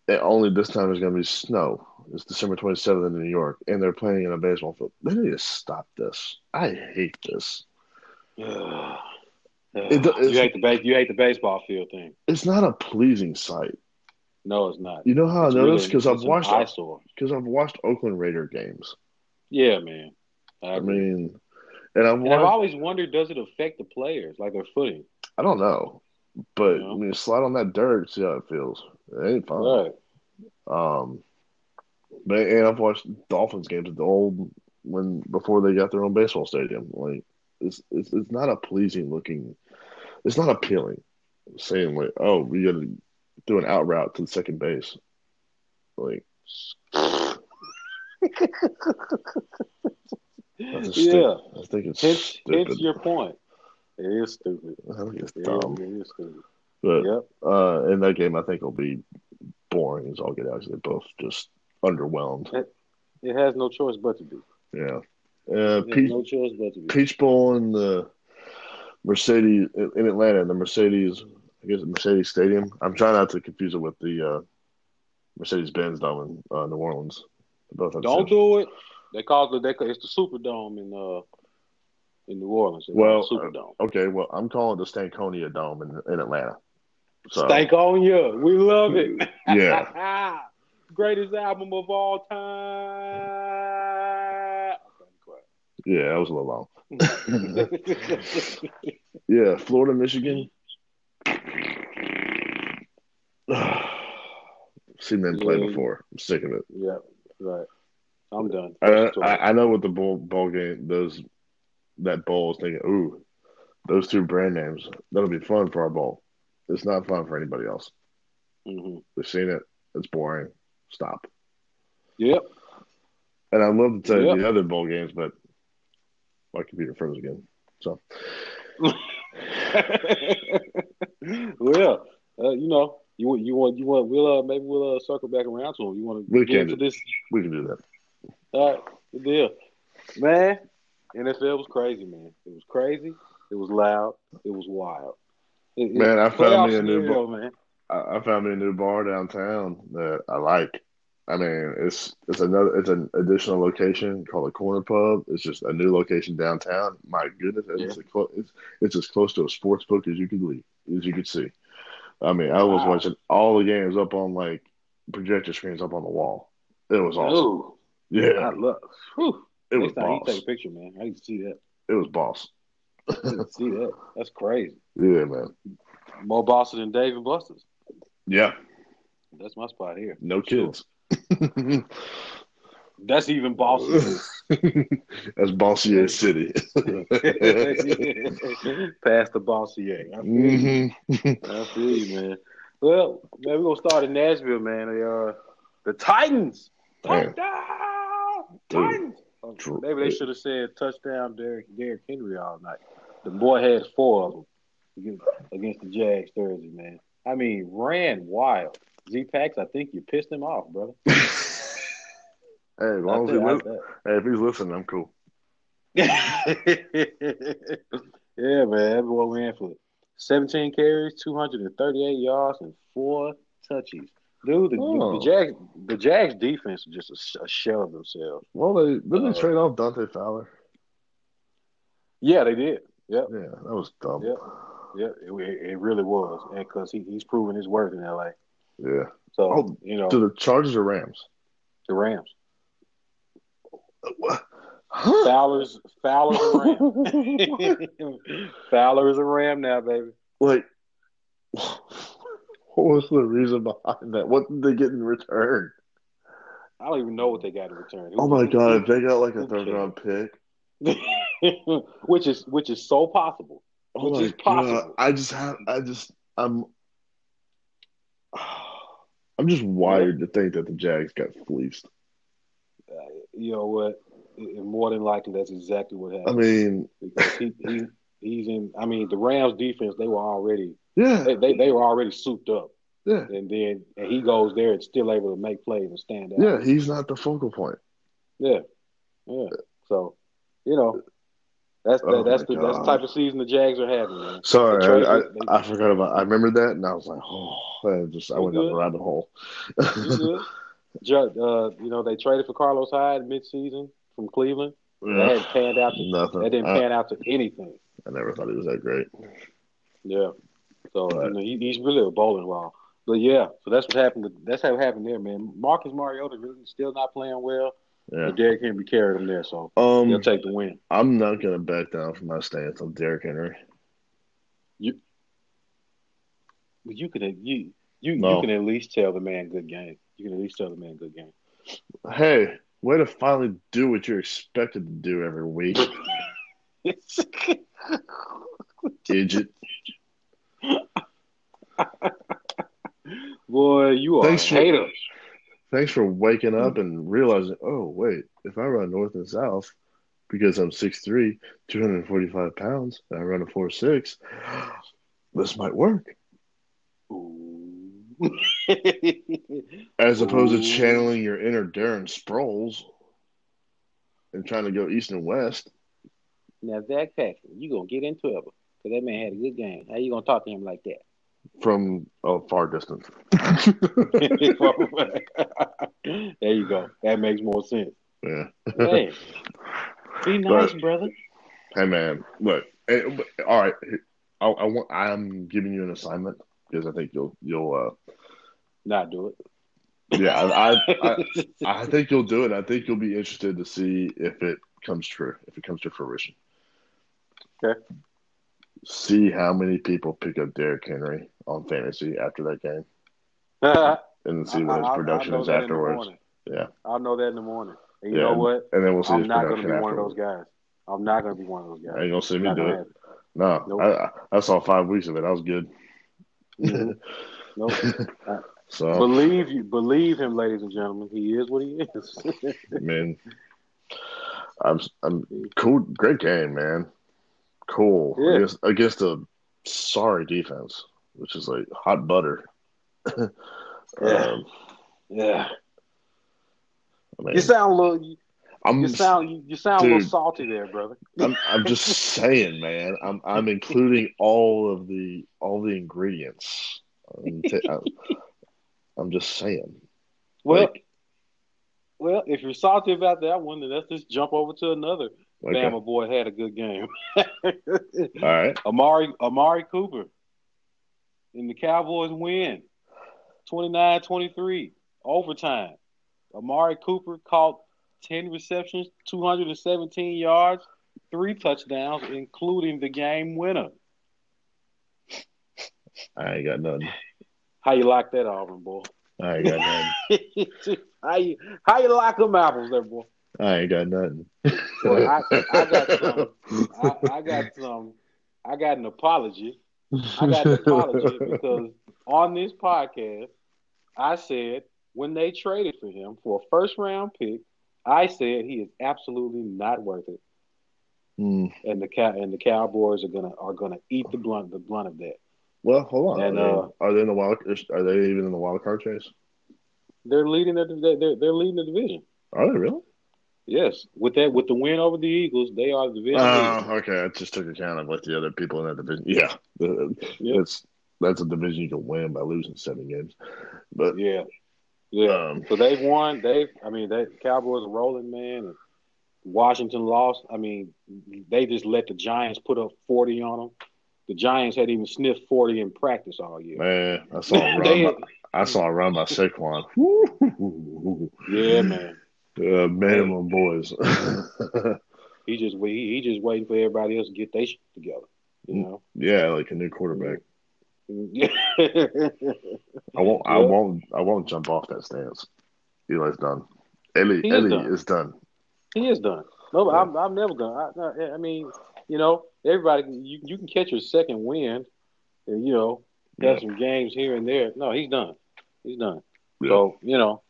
Speaker 1: And only this time it's going to be snow. It's December 27th in New York, and they're playing in a baseball field. They need to stop this. I hate this.
Speaker 2: Ugh.
Speaker 1: It do-
Speaker 2: Ugh. you hate the base. You hate the baseball field thing.
Speaker 1: It's not a pleasing sight.
Speaker 2: No, it's not.
Speaker 1: You know how
Speaker 2: It's
Speaker 1: I
Speaker 2: really-
Speaker 1: know this because I've
Speaker 2: it's an
Speaker 1: watched
Speaker 2: eyesore.
Speaker 1: because I've watched Oakland Raider games.
Speaker 2: Yeah, man. I
Speaker 1: I
Speaker 2: agree.
Speaker 1: mean, and I've
Speaker 2: and I've
Speaker 1: watched.
Speaker 2: always wondered, does it affect the players, like their footing?
Speaker 1: I don't know, but
Speaker 2: Yeah.
Speaker 1: I mean, slide on that dirt, see how it feels. It ain't fun.
Speaker 2: Right.
Speaker 1: Um, but and I've watched Dolphins games at the old when before they got their own baseball stadium. Like it's it's, it's not a pleasing looking. It's not appealing. Saying like, oh, we got to do an out route to the second base. Like that's a stupid.
Speaker 2: Yeah.
Speaker 1: I think it's
Speaker 2: Hence,
Speaker 1: stupid.
Speaker 2: hence your point. It is stupid.
Speaker 1: I think it's
Speaker 2: It is-
Speaker 1: dumb.
Speaker 2: it is stupid.
Speaker 1: But
Speaker 2: Yep.
Speaker 1: uh, in that game, I think it'll be boring as all get out 'cause they're both just underwhelmed.
Speaker 2: It has no choice but to be.
Speaker 1: Yeah. Uh,
Speaker 2: It has
Speaker 1: Peach,
Speaker 2: no choice but to be.
Speaker 1: Peach Bowl in the Mercedes in in Atlanta, the Mercedes, I guess Mercedes Stadium. I'm trying not to confuse it with the uh, Mercedes Benz down in uh, New Orleans. They're Both on the
Speaker 2: Don't
Speaker 1: same-
Speaker 2: do it. They call it. They call, it's the Superdome in uh in New Orleans. It's
Speaker 1: Well, uh,
Speaker 2: the Superdome.
Speaker 1: okay, well, I'm calling it the Stankonia Dome in, in Atlanta. So,
Speaker 2: Stank on you. We love it.
Speaker 1: yeah.
Speaker 2: Greatest album of all time.
Speaker 1: Yeah, that was a little long.
Speaker 2: Quiet.
Speaker 1: Yeah, Florida, Michigan. Seen them play
Speaker 2: Yeah.
Speaker 1: before. I'm sick of it.
Speaker 2: yeah, right. I'm done.
Speaker 1: I, Uh, I, I know what the bowl, bowl game, those that bowl is thinking. Ooh, those two brand names. That'll be fun for our bowl. It's not fun for anybody else.
Speaker 2: hmm
Speaker 1: We've seen it. It's boring. Stop.
Speaker 2: Yep.
Speaker 1: And I'd love to tell you
Speaker 2: Yeah.
Speaker 1: the other bowl games, but my computer froze again. So
Speaker 2: uh, you know, you want you want you want we'll uh, maybe we'll uh, circle back around to him. You want
Speaker 1: We
Speaker 2: to get
Speaker 1: can
Speaker 2: into
Speaker 1: do
Speaker 2: this?
Speaker 1: We can do that.
Speaker 2: All right, good deal, man. NFL was crazy, man. It was crazy. It was loud. It was wild. It- it-
Speaker 1: Man, I
Speaker 2: playoff
Speaker 1: found me a new
Speaker 2: scenario, man.
Speaker 1: I, I found me a new bar downtown that I like. I mean, it's it's another it's an additional location called a corner pub. It's just a new location downtown. My goodness, and it's, a clo- it's it's as close to a sports book as you could leave, as you could see. I mean, I was
Speaker 2: Wow.
Speaker 1: watching all the games up on like projector screens up on the wall. It was awesome.
Speaker 2: Ooh,
Speaker 1: Yeah,
Speaker 2: I love. Whew.
Speaker 1: it was
Speaker 2: Next time you
Speaker 1: boss.
Speaker 2: take a picture, man. I need to see that.
Speaker 1: It was boss.
Speaker 2: I need to see that. That's crazy.
Speaker 1: Yeah, man.
Speaker 2: More bosses than Dave and Buster's.
Speaker 1: Yeah,
Speaker 2: That's my spot here.
Speaker 1: no kids.
Speaker 2: That's even bosses.
Speaker 1: That's bossy as city.
Speaker 2: Past the Bossier. I feel, you.
Speaker 1: Mhm.
Speaker 2: I feel you, man. Well, man, we're gonna start in Nashville, man. They are the Titans.
Speaker 1: Man.
Speaker 2: Touchdown, Titans. Oh,
Speaker 1: True.
Speaker 2: Maybe they should have said touchdown, Derrick, Derrick Henry all night. The boy had four of them against, against the Jags Thursday, man. I mean, ran wild. Z Pax, I think you pissed him off, brother.
Speaker 1: hey, as long as
Speaker 2: I
Speaker 1: he
Speaker 2: think- I
Speaker 1: li-
Speaker 2: think-
Speaker 1: hey, if he's listening, I'm cool.
Speaker 2: yeah, man, that boy ran for 17 carries, 238 yards, and four touches. Dude, the,
Speaker 1: Oh.
Speaker 2: the Jags, the Jags defense is just a, sh- a shell of themselves.
Speaker 1: Well, they didn't
Speaker 2: Uh,
Speaker 1: they trade off Dante Fowler?
Speaker 2: Yeah, they did.
Speaker 1: Yeah, that was dumb.
Speaker 2: Yep. Yeah, it, it it really was, and because he, he's proven his worth in LA.
Speaker 1: Yeah.
Speaker 2: So
Speaker 1: Oh,
Speaker 2: you know
Speaker 1: To the Chargers or Rams?
Speaker 2: the Rams,
Speaker 1: Huh?
Speaker 2: Fowler's Fowler's a Ram. Fowler is a Ram now, baby.
Speaker 1: like, what was the reason behind that? What did they get in return?
Speaker 2: I don't even know what they got in return.
Speaker 1: Oh my god, if they got like a
Speaker 2: Who
Speaker 1: third
Speaker 2: cares?
Speaker 1: round pick.
Speaker 2: which is which is so possible.
Speaker 1: Oh
Speaker 2: Which
Speaker 1: my
Speaker 2: is possible.
Speaker 1: God. I just have. I just. I'm. I'm just wired to think that the Jags got fleeced.
Speaker 2: You know what? And more than likely, that's exactly what
Speaker 1: I
Speaker 2: happened.
Speaker 1: mean,
Speaker 2: because he, he he's in. I mean, the Rams defense they were already
Speaker 1: yeah,
Speaker 2: they, they, they were already souped up,
Speaker 1: yeah,
Speaker 2: and then and he goes there and still able to make plays and stand out.
Speaker 1: yeah. He's not the focal point.
Speaker 2: yeah, yeah. So, you know, that's
Speaker 1: Oh
Speaker 2: that, that's
Speaker 1: my
Speaker 2: the that's the
Speaker 1: God.
Speaker 2: type of season the Jags are having. Man.
Speaker 1: Sorry,
Speaker 2: The Chargers,
Speaker 1: I, I, I forgot about. I remembered that, and I was like, oh, I just I
Speaker 2: You
Speaker 1: went down
Speaker 2: good?
Speaker 1: the rabbit hole.
Speaker 2: You good? Ju- Uh, you know, they traded for Carlos Hyde midseason from Cleveland. That
Speaker 1: Yeah,
Speaker 2: hadn't panned out. To,
Speaker 1: nothing.
Speaker 2: that didn't
Speaker 1: Mm. I,
Speaker 2: pan out to anything.
Speaker 1: I never thought he was that great.
Speaker 2: Yeah. So you
Speaker 1: Right.
Speaker 2: know, he, he's really a bowling ball. But yeah, so that's what happened. with- That's how it happened there, man. Marcus Mariota really still not playing well.
Speaker 1: Yeah.
Speaker 2: But Derrick Henry carried him there, so he'll
Speaker 1: Um,
Speaker 2: take the win.
Speaker 1: I'm not gonna back down from my stance on Derrick Henry.
Speaker 2: But you can you you,
Speaker 1: No.
Speaker 2: you can at least tell the man good game. You can at least tell the man good game.
Speaker 1: Hey, way to finally do what you're expected to do every week, idiot.
Speaker 2: Boy, you are
Speaker 1: Thanks
Speaker 2: a
Speaker 1: for-
Speaker 2: hater.
Speaker 1: Thanks for waking up
Speaker 2: Mm.
Speaker 1: and realizing, oh, wait, if I run north and south, because I'm 6'3, 245 pounds, and I run a 4'6, this might work.
Speaker 2: Ooh.
Speaker 1: As opposed
Speaker 2: Ooh.
Speaker 1: to channeling your inner Darren Sproles and trying to go east and west.
Speaker 2: Now Zach Paxton, you gonna get into it because that man had a good game. How you gonna talk to him like that?
Speaker 1: From a far distance.
Speaker 2: there you go. That makes more sense.
Speaker 1: yeah.
Speaker 2: Man, be nice,
Speaker 1: But-
Speaker 2: brother.
Speaker 1: Hey man, look. eh, but- all right, I, I want. I'm giving you an assignment because I think you'll you'll.
Speaker 2: Not do it.
Speaker 1: Uh, yeah, I, I I I think you'll do it. I think you'll be interested to see if it comes true, if it comes to fruition.
Speaker 2: Okay.
Speaker 1: See how many people pick up Derrick Henry on fantasy after that game, and then see what his
Speaker 2: I'll- I'll-
Speaker 1: production
Speaker 2: I'll know
Speaker 1: is
Speaker 2: that in the
Speaker 1: afterwards,
Speaker 2: morning.
Speaker 1: Yeah.
Speaker 2: I'll know that in the morning. And you
Speaker 1: Yeah,
Speaker 2: know what?
Speaker 1: and then we'll see
Speaker 2: I'm
Speaker 1: his
Speaker 2: not gonna
Speaker 1: production
Speaker 2: be one of those
Speaker 1: afterwards.
Speaker 2: guys. I'm not gonna be one of those guys.
Speaker 1: Ain't gonna see me
Speaker 2: Not
Speaker 1: do
Speaker 2: gonna
Speaker 1: it.
Speaker 2: happen.
Speaker 1: No,
Speaker 2: Nope.
Speaker 1: I, I saw five weeks of it. I was good.
Speaker 2: Mhm. Nope. Oh.
Speaker 1: so
Speaker 2: Believe you, believe him, ladies and gentlemen. He is what he is.
Speaker 1: I mean, I'm I'm cool. Great game, man. Cool
Speaker 2: Yeah.
Speaker 1: against against a sorry defense, which is like hot butter.
Speaker 2: Yeah.
Speaker 1: um,
Speaker 2: Yeah.
Speaker 1: I mean,
Speaker 2: You sound a little. You,
Speaker 1: I'm,
Speaker 2: you sound you, you sound a little
Speaker 1: Mm. Dude.
Speaker 2: salty there, brother.
Speaker 1: I'm I'm just saying, man. I'm I'm including all of the all the ingredients. I'm, t- I'm, I'm just saying.
Speaker 2: Well,
Speaker 1: Like-
Speaker 2: well, if you're salty about that one, then let's just jump over to another.
Speaker 1: Okay.
Speaker 2: Bama boy had a good game.
Speaker 1: All right.
Speaker 2: Amari Amari Cooper and the Cowboys win 29-23 overtime. Amari Cooper caught 10 receptions, 217 yards, three touchdowns including the game winner.
Speaker 1: I ain't got nothing.
Speaker 2: How you like that Auburn boy?
Speaker 1: I ain't got nothing.
Speaker 2: how you how you like them apples there boy?
Speaker 1: I ain't got nothing.
Speaker 2: Boy, I, I got some I, I got some I got an apology. I got an apology because on this podcast, I said when they traded for him for a first round pick, I said he is absolutely not worth it,
Speaker 1: Mm.
Speaker 2: and the cow and the Cowboys are gonna are gonna eat the blunt the blunt of that.
Speaker 1: Well, hold on.
Speaker 2: And,
Speaker 1: I mean,
Speaker 2: uh,
Speaker 1: are they in the wild? is- Are they even in the wild card chase?
Speaker 2: They're leading the they're, they're, they're leading the division.
Speaker 1: Are they really?
Speaker 2: Yes, with that with the win over the Eagles, they are the division.
Speaker 1: Oh,
Speaker 2: leader.
Speaker 1: okay. I just took account of like the other people in that division. Yeah,
Speaker 2: Yeah.
Speaker 1: it's that's a division you can win by losing seven games. But
Speaker 2: yeah, yeah.
Speaker 1: um,
Speaker 2: So they've won. They've, I mean, they Cowboys are rolling, man. And Washington lost. I mean, they just let the Giants put up 40 on them. The Giants had even sniffed 40 in practice all year.
Speaker 1: man, I saw a run.
Speaker 2: They-
Speaker 1: by, I saw a run by Saquon. Woo!
Speaker 2: yeah, man.
Speaker 1: Uh, minimum boys.
Speaker 2: He just wa- he, he just waiting for everybody else to get their shit together. You know.
Speaker 1: yeah, like a new quarterback. Mm. I won't. I
Speaker 2: Yeah.
Speaker 1: won't. I won't jump off that stance. Eli's done. Ellie.
Speaker 2: He is
Speaker 1: Ellie
Speaker 2: done.
Speaker 1: is done.
Speaker 2: he is done. No, but I'm, I'm never done. I- I, I mean, you know, everybody, you, you can catch your second win, and you know, have
Speaker 1: Yeah.
Speaker 2: some games here and there. No, he's done. He's done.
Speaker 1: Yeah.
Speaker 2: So you know,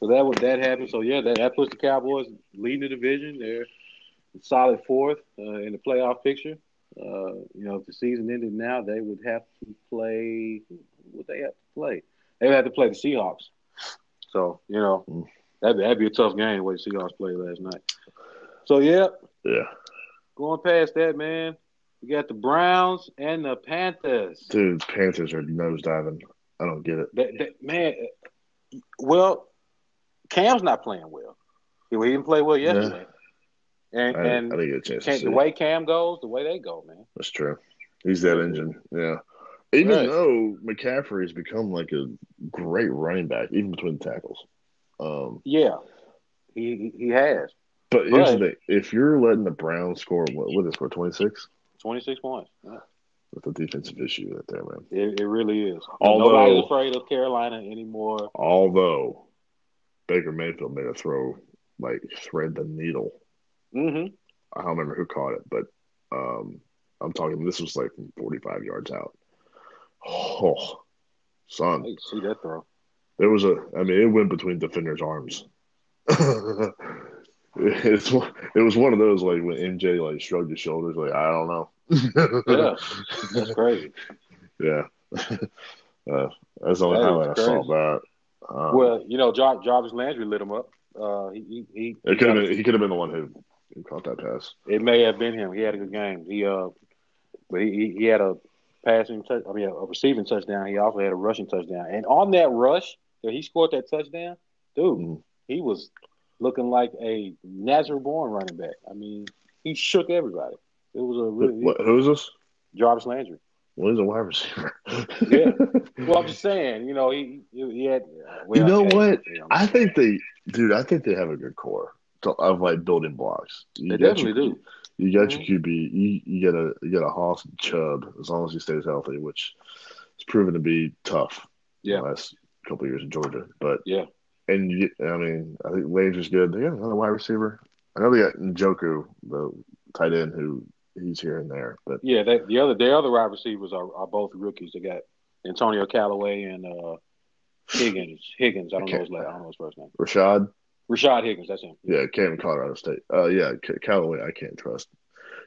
Speaker 2: so that was that happened. So yeah, that, that puts the Cowboys leading the division. They're solid fourth uh, in the playoff picture. Uh, you know, if the season ended now, they would have to play. who Would they have to play? They would have to play the Seahawks. So you know,
Speaker 1: Mm.
Speaker 2: that'd, that'd be a tough game the way the Seahawks played last night. So yeah,
Speaker 1: Yeah,
Speaker 2: going past that, man. We got the Browns and the Panthers.
Speaker 1: dude. Panthers are nosediving. I don't get it.
Speaker 2: That, that man, uh, well, Cam's not playing well. He he didn't play well
Speaker 1: Yeah.
Speaker 2: yesterday, and
Speaker 1: I,
Speaker 2: and
Speaker 1: I didn't get a chance to
Speaker 2: Cam,
Speaker 1: see.
Speaker 2: the way Cam goes, the way they go, man.
Speaker 1: That's true. He's that engine. Yeah. Even
Speaker 2: Right.
Speaker 1: though McCaffrey's become like a great running back, even between tackles. Um,
Speaker 2: Yeah, he he he has
Speaker 1: but here's the
Speaker 2: Right.
Speaker 1: thing: if you're letting the Browns score, what what is it, score twenty six?
Speaker 2: twenty six points. Yeah.
Speaker 1: That's a defensive issue right there, man.
Speaker 2: It, it really is.
Speaker 1: Although-
Speaker 2: Nobody's afraid of Carolina anymore.
Speaker 1: Although Baker Mayfield made a throw like thread the needle.
Speaker 2: hmm
Speaker 1: I don't remember who caught it, but um, I'm talking. This was like from 45 yards out. Oh, son,
Speaker 2: Hey, see that throw?
Speaker 1: there was a. I mean, it went between defenders' arms. it's one- it was one of those like when MJ like shrugged his shoulders, like I don't know.
Speaker 2: Yeah, that's crazy.
Speaker 1: yeah. uh, that's the only
Speaker 2: That is
Speaker 1: highlight I saw
Speaker 2: crazy.
Speaker 1: about. Um,
Speaker 2: well, you know, Jar- Jarvis Landry lit him up. Uh, he he, he,
Speaker 1: it could have been. He could have been the one who, who caught that pass.
Speaker 2: It may have been him. He had a good game. He uh, but he he, he had a passing touch. I mean, a receiving touchdown. He also had a rushing touchdown. And on that rush that he scored that touchdown, dude,
Speaker 1: Mhm.
Speaker 2: he was looking like a natural born running back. I mean, he shook everybody. It was a
Speaker 1: Who,
Speaker 2: really
Speaker 1: what, who is this?
Speaker 2: Jarvis Landry.
Speaker 1: Well, he's a wide receiver.
Speaker 2: Yeah. Well, I'm just saying, you know, he he, he had. Well,
Speaker 1: You know
Speaker 2: hey,
Speaker 1: what?
Speaker 2: you know,
Speaker 1: I think they, dude. I think they have a good core to, of like building blocks. You
Speaker 2: they
Speaker 1: got
Speaker 2: definitely
Speaker 1: your,
Speaker 2: do.
Speaker 1: You got your QB. You you got a you got a Hoss and Chubb as long as he stays healthy, which has proven to be tough.
Speaker 2: Yeah.
Speaker 1: the last couple of years in Georgia, but
Speaker 2: Yeah.
Speaker 1: and you, I mean, I think Landry's good. They got another wide receiver. I know they got Njoku, the tight end, who he's here and there, but
Speaker 2: Yeah, they, the other the other wide receivers are, are both rookies. They got Antonio Callaway and uh, Higgins. Higgins, I don't know his last, I don't know his first name.
Speaker 1: Rashad,
Speaker 2: Rashad Higgins, that's him.
Speaker 1: yeah, came from Colorado State. Uh, yeah, C- Callaway, I can't trust.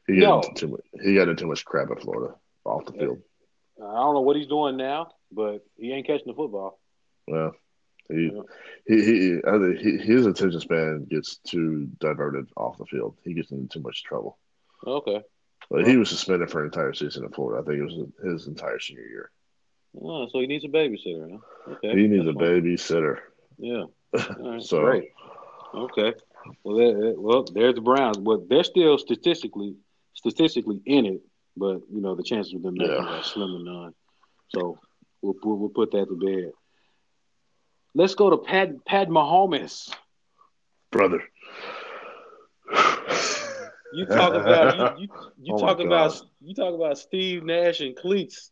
Speaker 1: He
Speaker 2: No.
Speaker 1: got into too much. He got into too much crap at Florida off the
Speaker 2: Yeah.
Speaker 1: field.
Speaker 2: I don't know what he's doing now, but he ain't catching the football.
Speaker 1: Well, he, yeah. he, he, I think he, his attention span gets too diverted off the field. He gets into too much trouble.
Speaker 2: Okay.
Speaker 1: Like well, he was suspended for an entire season in Florida. I think it was his entire senior year.
Speaker 2: Oh, so he needs a babysitter. Huh?
Speaker 1: Okay. He needs That's a fine. babysitter.
Speaker 2: Yeah. Right, so great. Okay. Well, that, well, there's the Browns. Well, they're still statistically statistically in it, but you know the chances of them making yeah. are slim to none. So we'll, we'll, we'll put that to bed. Let's go to Pat Pat Mahomes,
Speaker 1: brother.
Speaker 2: You talk about you, you, you oh talk about you talk about Steve Nash and cleats.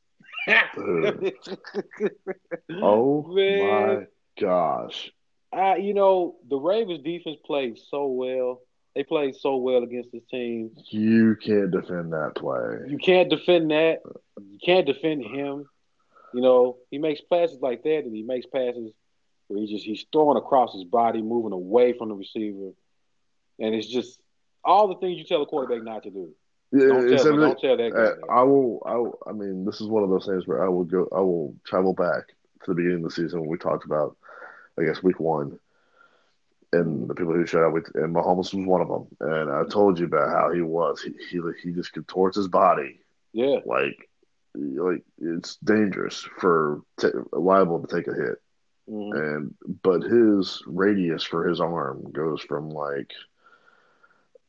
Speaker 1: oh Man. my gosh!
Speaker 2: I, you know the Ravens defense played so well. They played so well against this team.
Speaker 1: You can't defend that play.
Speaker 2: You can't defend that. You can't defend him. You know he makes passes like that, and he makes passes where he just he's throwing across his body, moving away from the receiver, and it's just all the things you tell a quarterback not to do.
Speaker 1: Yeah,
Speaker 2: don't, tell,
Speaker 1: him,
Speaker 2: don't tell that guy.
Speaker 1: Uh, I, I will. I. Will, I mean, this is one of those things where I will go. I will travel back to the beginning of the season when we talked about, I guess, week one, and the people who showed up. With, and Mahomes was one of them. And I told you about how he was. He he, he just contorts his body.
Speaker 2: Yeah.
Speaker 1: Like, like it's dangerous for t- liable to take a hit. Mm-hmm. And but his radius for his arm goes from like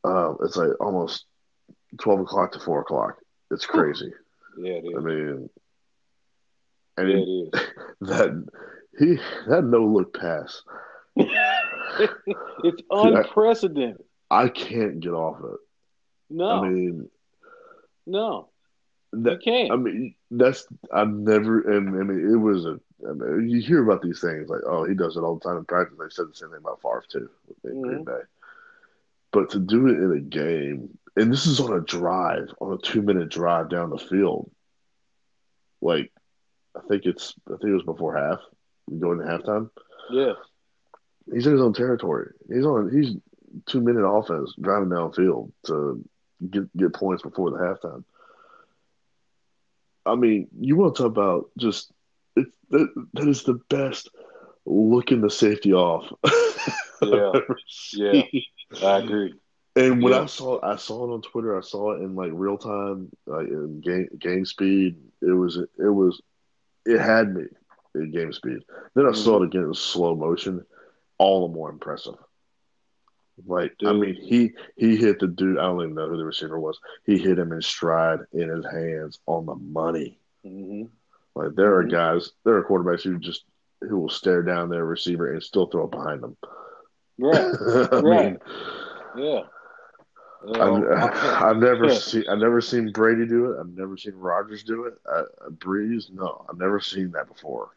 Speaker 1: uh, it's like almost twelve o'clock to four o'clock. It's crazy.
Speaker 2: Yeah, it is.
Speaker 1: I mean, and yeah, he, that he that no look pass.
Speaker 2: it's unprecedented.
Speaker 1: I, I, can't get off it.
Speaker 2: No,
Speaker 1: I mean,
Speaker 2: no,
Speaker 1: that,
Speaker 2: you can't.
Speaker 1: I mean, that's I've never. And I mean, it was a. I mean, you hear about these things like, oh, he does it all the time in practice. They said the same thing about Favre too in mm-hmm. Green Bay but to do it in a game, and this is on a drive, on a two minute drive down the field, like I think it's I think it was before half, going to halftime.
Speaker 2: Yeah,
Speaker 1: he's in his own territory. He's on he's two minute offense driving downfield to get get points before the halftime. I mean, you want to talk about just it, that, that is the best looking the safety off.
Speaker 2: yeah, yeah, I agree.
Speaker 1: And when yeah. I saw I saw it on Twitter, I saw it in like real time, like in game game speed. It was it was it had me in game speed. Then I mm-hmm. saw it again in slow motion, all the more impressive. Like dude. I mean, he he hit the dude. I don't even know who the receiver was. He hit him in stride in his hands on the money.
Speaker 2: Mm-hmm.
Speaker 1: Like there mm-hmm. are guys, there are quarterbacks who just who will stare down their receiver and still throw it behind them.
Speaker 2: Right. I right. Mean, yeah.
Speaker 1: Um, I, have never seen I've never seen Brady do it. I've never seen Rogers do it. I, I Breeze, no, I've never seen that before.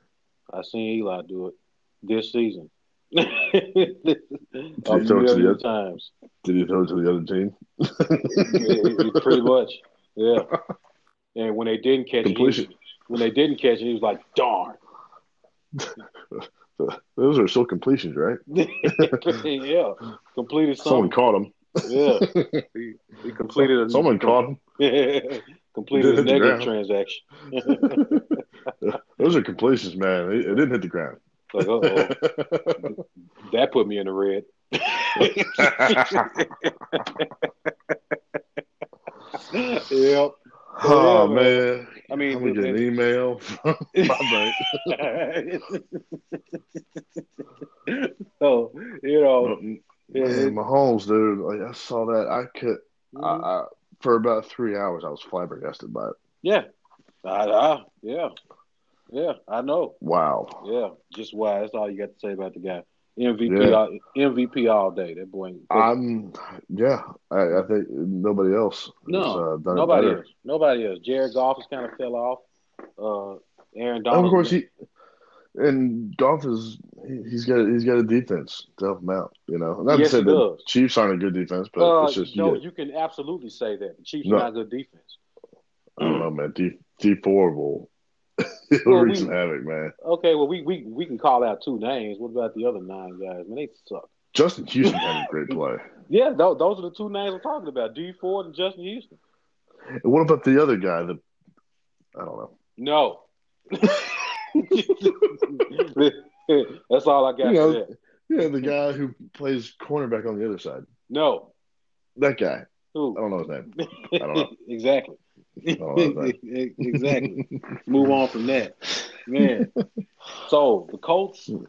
Speaker 2: I seen Eli do it this season. did,
Speaker 1: he throw it to the other, times. did he throw it to the other team?
Speaker 2: it, it, pretty much, yeah. And when they didn't catch Completion. it, was, when they didn't catch it, he was like, "Darn!"
Speaker 1: Those are still completions, right?
Speaker 2: yeah,
Speaker 1: Someone
Speaker 2: completed. something.
Speaker 1: caught him.
Speaker 2: Yeah, he, he completed. A,
Speaker 1: Someone caught him.
Speaker 2: completed a negative transaction.
Speaker 1: Those are completions, man. It, it didn't hit the ground.
Speaker 2: Like, oh, that put me in the red. yep.
Speaker 1: Oh yeah, man. man. I
Speaker 2: mean,
Speaker 1: I'm gonna get an email from my bank.
Speaker 2: so you know,
Speaker 1: man, it, Mahomes, dude. Like I saw that, I could. Mm-hmm. I, I, for about three hours, I was flabbergasted by it.
Speaker 2: Yeah, I, I, yeah, yeah. I know.
Speaker 1: Wow.
Speaker 2: Yeah, just wow. That's all you got to say about the guy. MVP, yeah. all, MVP all day. That boy.
Speaker 1: I'm, yeah. I, I think nobody else.
Speaker 2: No, has, uh, nobody else. Nobody else. Jared Goff has kind of fell off. Uh, Aaron Donald.
Speaker 1: Oh, of course, he and Goff is he, he's got he's got a defense to help him out. You know, not
Speaker 2: yes,
Speaker 1: to say the
Speaker 2: does.
Speaker 1: Chiefs aren't a good defense, but
Speaker 2: uh,
Speaker 1: it's just
Speaker 2: no. You, you, can absolutely say that the Chiefs
Speaker 1: no.
Speaker 2: are not a good defense.
Speaker 1: I don't know, man. D D four will It'll well, wreak some havoc, man.
Speaker 2: Okay, well, we, we we can call out two names. What about the other nine guys? Man, they suck.
Speaker 1: Justin Houston had a great play.
Speaker 2: Yeah, those, those are the two names I'm talking about: D Ford and Justin Houston.
Speaker 1: And what about the other guy? That I don't know.
Speaker 2: No. That's all I got.
Speaker 1: You know,
Speaker 2: for that.
Speaker 1: Yeah, the guy who plays cornerback on the other side.
Speaker 2: No.
Speaker 1: That guy.
Speaker 2: Who?
Speaker 1: I don't know his name. don't know.
Speaker 2: exactly.
Speaker 1: don't know about
Speaker 2: exactly. Move on from that, man. So the Colts and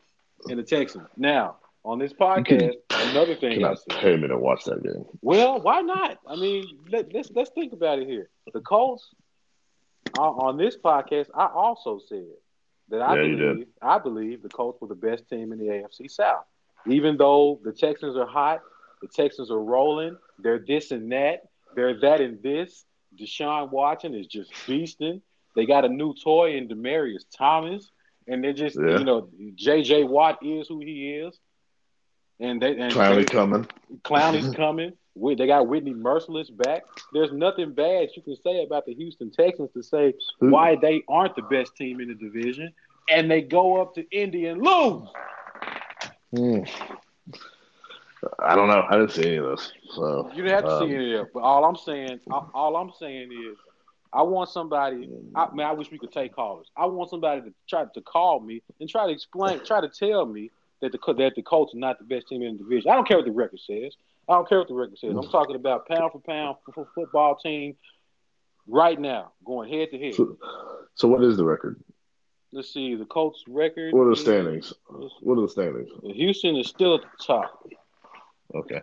Speaker 2: the Texans. Now on this podcast, another thing I
Speaker 1: Cannot
Speaker 2: said.
Speaker 1: pay me to watch that game.
Speaker 2: Well, why not? I mean, let, let's let's think about it here. The Colts uh, on this podcast, I also said that I
Speaker 1: Yeah, you
Speaker 2: believe I believe the Colts were the best team in the AFC South. Even though the Texans are hot, the Texans are rolling. They're this and that. They're that and this. Deshaun Watson is just feasting. They got a new toy in Demarius Thomas, and they're just
Speaker 1: Yeah.
Speaker 2: you know J.J. Watt is who he is, and they and
Speaker 1: Clowney
Speaker 2: they-
Speaker 1: coming.
Speaker 2: Clowney's coming. Whit- They got Whitney Merciless back. There's nothing bad you can say about the Houston Texans to say why they aren't the best team in the division, and they go up to Indy and lose.
Speaker 1: Hmm. I don't know. I didn't see any of this. So
Speaker 2: You didn't have to
Speaker 1: um,
Speaker 2: see any of it. But all I'm saying, all, all I'm saying is, I want somebody. I man, I wish we could take callers. I want somebody to try to call me and try to explain, try to tell me that the Co- that the Colts are not the best team in the division. I don't care what the record says. I don't care what the record says. I'm talking about pound for pound f- f- football team right now, going head to head.
Speaker 1: So, so what is the record?
Speaker 2: Let's see the Colts record.
Speaker 1: What are the
Speaker 2: is-
Speaker 1: standings? What are the standings?
Speaker 2: Houston is still at the top.
Speaker 1: Okay.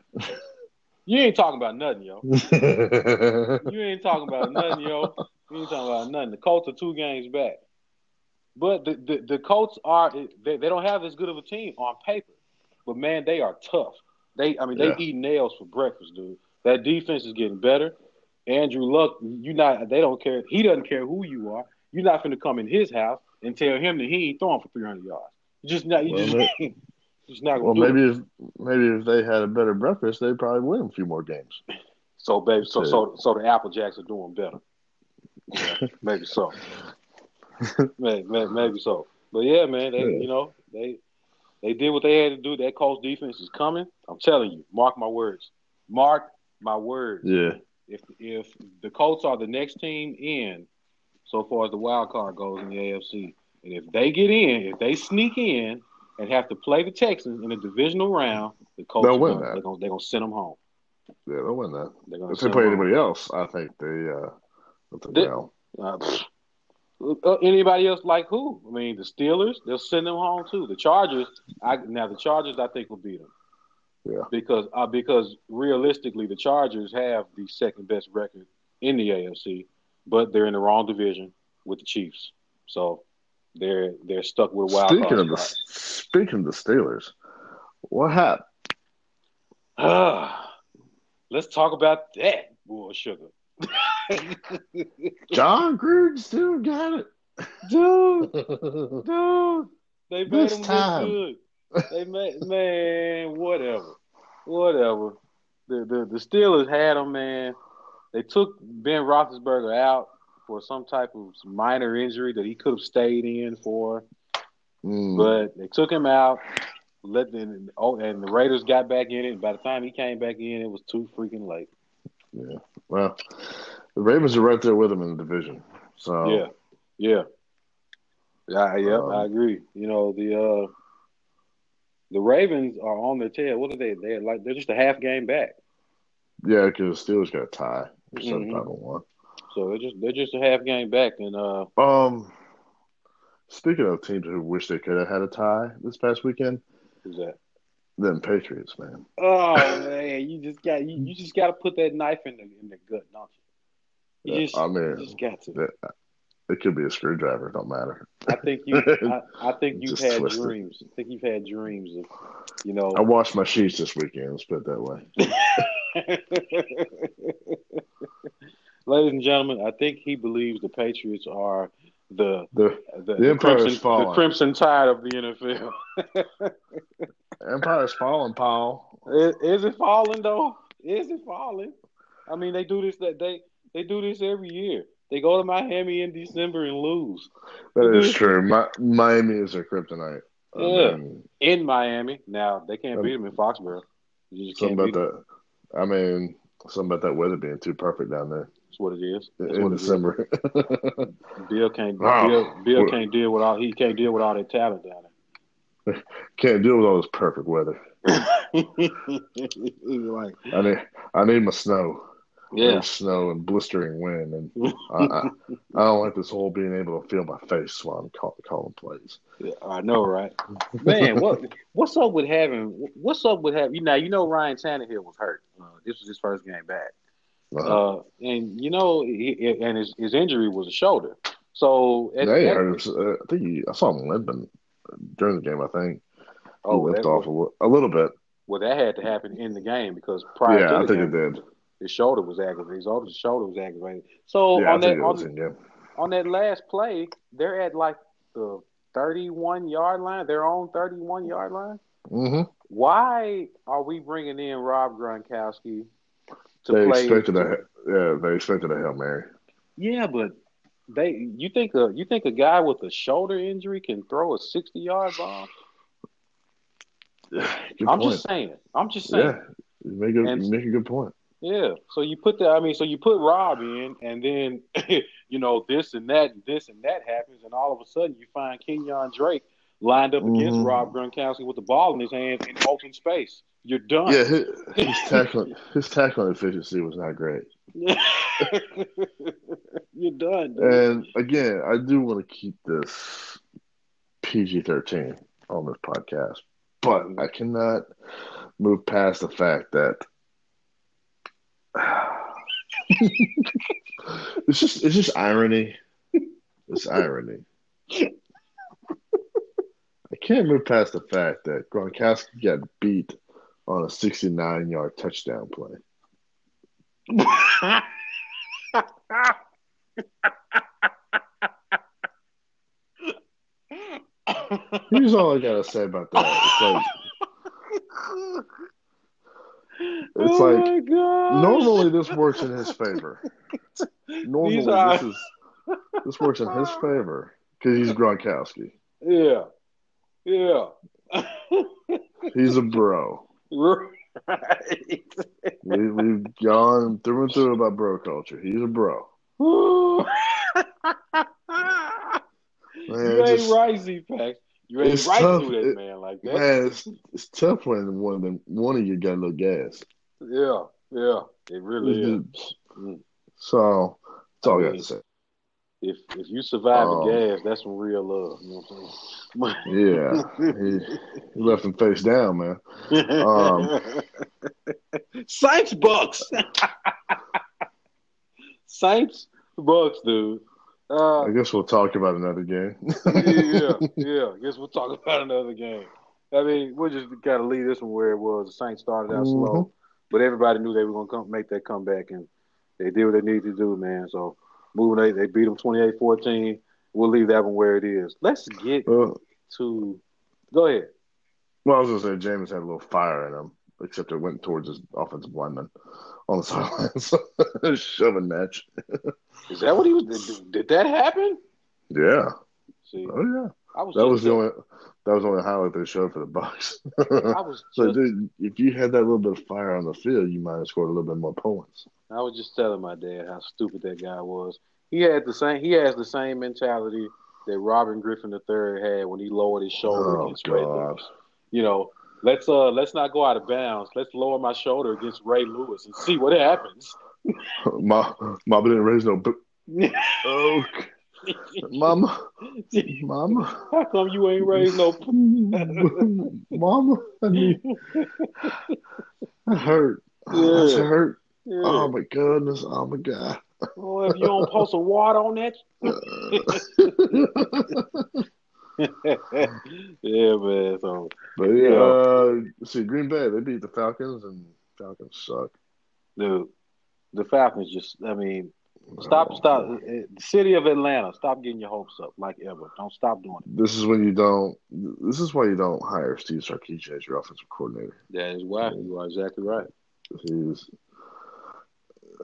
Speaker 2: You ain't talking about nothing, yo. You ain't talking about nothing, yo. You ain't talking about nothing. The Colts are two games back, but the the, the Colts are they, they don't have as good of a team on paper, but man, they are tough. They I mean they
Speaker 1: Yeah.
Speaker 2: eat nails for breakfast, dude. That defense is getting better. Andrew Luck, you not they don't care. He doesn't care who you are. You're not finna come in his house and tell him that he ain't throwing for 300 yards. You just not you
Speaker 1: Well,
Speaker 2: just, just not gonna
Speaker 1: well,
Speaker 2: do it.
Speaker 1: maybe if maybe if they had a better breakfast, they'd probably win a few more games.
Speaker 2: So, baby, so so so the Apple Jacks are doing better. Yeah, maybe so. maybe, maybe, maybe so. But yeah, man, they
Speaker 1: Yeah.
Speaker 2: you know they they did what they had to do. That Colts defense is coming. I'm telling you, mark my words. Mark my words.
Speaker 1: Yeah.
Speaker 2: If if the Colts are the next team in, so far as the wild card goes in the AFC, and if they get in, if they sneak in and have to play the Texans in the divisional round, the Colts
Speaker 1: They'll
Speaker 2: are
Speaker 1: win
Speaker 2: gonna-
Speaker 1: that.
Speaker 2: they're gonna they're gonna send them home.
Speaker 1: Yeah, they'll win that.
Speaker 2: They're gonna
Speaker 1: If they
Speaker 2: send
Speaker 1: play
Speaker 2: 'em home.
Speaker 1: anybody else, I think they uh I think
Speaker 2: They-
Speaker 1: they'll-
Speaker 2: Uh, uh, anybody else like who? I mean, the Steelers, they'll send them home too. The Chargers, I, now the Chargers, I think will beat them.
Speaker 1: Yeah.
Speaker 2: Because uh, because realistically, the Chargers have the second best record in the AFC, but they're in the wrong division with the Chiefs, so they're they're stuck with a wild
Speaker 1: Speaking
Speaker 2: card
Speaker 1: of the
Speaker 2: spot.
Speaker 1: speaking of the Steelers, what happened?
Speaker 2: Ah, let's talk about that, boy, sugar.
Speaker 1: John Gruden still got
Speaker 2: Dude,
Speaker 1: it.
Speaker 2: Dude, they made
Speaker 1: This
Speaker 2: him
Speaker 1: time.
Speaker 2: look good. They made man, whatever, whatever. The the the Steelers had him, man. They took Ben Roethlisberger out for some type of minor injury that he could have stayed in for,
Speaker 1: Mm,
Speaker 2: but they took him out. Let the oh, and the Raiders got back in it. By the time he came back in, it was too freaking late.
Speaker 1: well, the Ravens are right there with them in the division. So
Speaker 2: Yeah, yeah, yeah. I- Yep,
Speaker 1: Um,
Speaker 2: I agree. You know the uh, the Ravens are on their tail. What are they? They're like they're just a half game back.
Speaker 1: Yeah, because the Steelers got a tie. They're still
Speaker 2: Mhm.
Speaker 1: five and one.
Speaker 2: So they're just they're just a half game back. And uh,
Speaker 1: Um, speaking of teams who wish they could have had a tie this past weekend,
Speaker 2: who's that?
Speaker 1: then Patriots, man.
Speaker 2: Oh man, you just got you, you just got to put that knife in the in the gut, don't you? You
Speaker 1: Yeah,
Speaker 2: just
Speaker 1: I
Speaker 2: you
Speaker 1: mean,
Speaker 2: just got to.
Speaker 1: it could be a screwdriver. It don't matter.
Speaker 2: I think you I, I think you've
Speaker 1: Just
Speaker 2: had
Speaker 1: twist it.
Speaker 2: dreams. I think you've had dreams of you know.
Speaker 1: I washed my sheets this weekend. Let's put it that way.
Speaker 2: Ladies and gentlemen, I think he believes the Patriots are the
Speaker 1: The
Speaker 2: the,
Speaker 1: The
Speaker 2: the
Speaker 1: Empire is
Speaker 2: crimson the
Speaker 1: falling.
Speaker 2: crimson tide of the NFL.
Speaker 1: Empire's falling, Paul.
Speaker 2: Is, is it falling though? Is it falling? I mean, they do this that they they do this every year. They go to Miami in December and lose
Speaker 1: That is true. My, Miami is their kryptonite. I
Speaker 2: Mm-hmm. Yeah.
Speaker 1: mean,
Speaker 2: in Miami. Now they can't
Speaker 1: Um,
Speaker 2: beat them in Foxborough. You just
Speaker 1: something
Speaker 2: can't beat
Speaker 1: about that. I mean, something about that weather being too perfect down there.
Speaker 2: That's what it is. That's
Speaker 1: in
Speaker 2: what it is.
Speaker 1: December.
Speaker 2: Bill can't
Speaker 1: Wow.
Speaker 2: Bill, Bill can't deal with all he can't deal with all that talent down
Speaker 1: Can't deal with all this perfect weather.
Speaker 2: there. He's like,
Speaker 1: I need I need my snow. I
Speaker 2: yeah,
Speaker 1: need snow and blistering wind, and I, I, I don't like this whole being able to feel my face while I'm call, calling plays.
Speaker 2: yeah, I know, right? Man, what what's up with having what's up with having you know you know Ryan Tannehill was hurt. Uh, this was his first game back.
Speaker 1: Uh,
Speaker 2: Uh, and you know, he, he- and his, his injury was a shoulder. So at,
Speaker 1: they
Speaker 2: at-
Speaker 1: hurt him. so- I think he, I saw him limping during the game. I think he
Speaker 2: oh,
Speaker 1: limped
Speaker 2: that,
Speaker 1: off a little, a little bit.
Speaker 2: well, that had to happen in the game because prior
Speaker 1: yeah,
Speaker 2: to
Speaker 1: I
Speaker 2: the
Speaker 1: think
Speaker 2: game,
Speaker 1: it did.
Speaker 2: his shoulder was aggravated. His older shoulder was aggravated. So
Speaker 1: yeah, I
Speaker 2: on that
Speaker 1: think it
Speaker 2: on,
Speaker 1: was in game.
Speaker 2: on that last play, they're at like the 31 yard line, their own 31 yard line.
Speaker 1: hmm
Speaker 2: Why are we bringing in Rob Gronkowski to
Speaker 1: They
Speaker 2: play?
Speaker 1: expected a yeah, they expected a hail mary.
Speaker 2: yeah, but they you think a you think a guy with a shoulder injury can throw a 60 yard bomb?
Speaker 1: Good
Speaker 2: I'm
Speaker 1: point.
Speaker 2: just saying. I'm just saying.
Speaker 1: yeah, you make a
Speaker 2: And-
Speaker 1: you make a good point.
Speaker 2: Yeah. So you put that. I mean, so you put Rob in, and then you know this and that, and this and that happens, and all of a sudden you find Kenyon Drake lined up against
Speaker 1: Mhm.
Speaker 2: Rob Gronkowski with the ball in his hand in open space. You're done.
Speaker 1: Yeah, his, his tackling his tackling efficiency was not great.
Speaker 2: You're done. dude.
Speaker 1: And again, I do want to keep this PG thirteen on this podcast, but I cannot move past the fact that it's just it's just irony. It's irony. I can't move past the fact that Gronkowski got beat on a sixty-nine yard touchdown play. Here's all I gotta say about that. It's like
Speaker 2: oh
Speaker 1: like,
Speaker 2: my God.
Speaker 1: Normally, this works in his favor. Normally,
Speaker 2: These are-
Speaker 1: this is this works in his favor because he's Gronkowski.
Speaker 2: Yeah. Yeah.
Speaker 1: He's a bro.
Speaker 2: right.
Speaker 1: We, we've gone through and through about bro culture. He's a bro.
Speaker 2: Ooh.
Speaker 1: Man,
Speaker 2: you ain't
Speaker 1: just-
Speaker 2: rising, Pax. You ain't
Speaker 1: it's
Speaker 2: right
Speaker 1: tough.
Speaker 2: through that
Speaker 1: It-
Speaker 2: man like that.
Speaker 1: man, it's, it's tough when one of them one of you got no gas.
Speaker 2: Yeah, yeah. It really is. Mm.
Speaker 1: So that's all I got to say.
Speaker 2: If if you survive
Speaker 1: Um,
Speaker 2: the gas, that's some real love. You know what I'm
Speaker 1: Yeah, he, he left him face down, man.
Speaker 2: saying?
Speaker 1: Um,
Speaker 2: Saints Bucks. Saints Bucks, dude. Uh,
Speaker 1: I guess we'll talk about another game.
Speaker 2: yeah, yeah. Guess we'll talk about another game. I mean, we'll just gotta leave this one where it was. The Saints started out
Speaker 1: Mm-hmm.
Speaker 2: slow, but everybody knew they were gonna come make that comeback, and they did what they needed to do, man. So moving, they they beat them 28-14. We'll leave that one where it is. Let's get
Speaker 1: Well,
Speaker 2: to. Go ahead.
Speaker 1: Well, I was gonna say James had a little fire in him, except it went towards his offensive lineman on the sidelines, shoving match.
Speaker 2: Is that what he was? Did, did that happen?
Speaker 1: Yeah,
Speaker 2: See,
Speaker 1: oh yeah,
Speaker 2: I was.
Speaker 1: that
Speaker 2: just-
Speaker 1: was the only that was the only highlight they showed for the Bucks.
Speaker 2: I was.
Speaker 1: so,
Speaker 2: just-
Speaker 1: dude, if you had that little bit of fire on the field, you might have scored a little bit more points.
Speaker 2: I was just telling my dad how stupid that guy was. He had the same. He has the same mentality that Robin Griffin III had when he lowered his shoulder
Speaker 1: Oh
Speaker 2: against Ray. Lewis.
Speaker 1: God,
Speaker 2: You know, let's uh let's not go out of bounds. Let's lower my shoulder against Ray Lewis and see what happens.
Speaker 1: Ma, Mama didn't raise no. b oh, Mama, Mama,
Speaker 2: how come you ain't raised no? p-
Speaker 1: Mama, I need, that hurt. Oh, That's
Speaker 2: Yeah.
Speaker 1: hurt.
Speaker 2: Yeah.
Speaker 1: Oh my goodness! Oh my god!
Speaker 2: Well, if you don't pour some water on that. yeah, man. So
Speaker 1: But yeah, uh, let's see, Green Bay they beat the Falcons, and Falcons suck.
Speaker 2: dude, the Falcons just. I mean, Stop,
Speaker 1: Oh.
Speaker 2: stop. Uh, The city of Atlanta, stop getting your hopes up like ever. Don't stop doing it.
Speaker 1: This is when you don't. This is why you don't hire Steve Sarkisian as your offensive coordinator.
Speaker 2: That is why. You are exactly right.
Speaker 1: He's.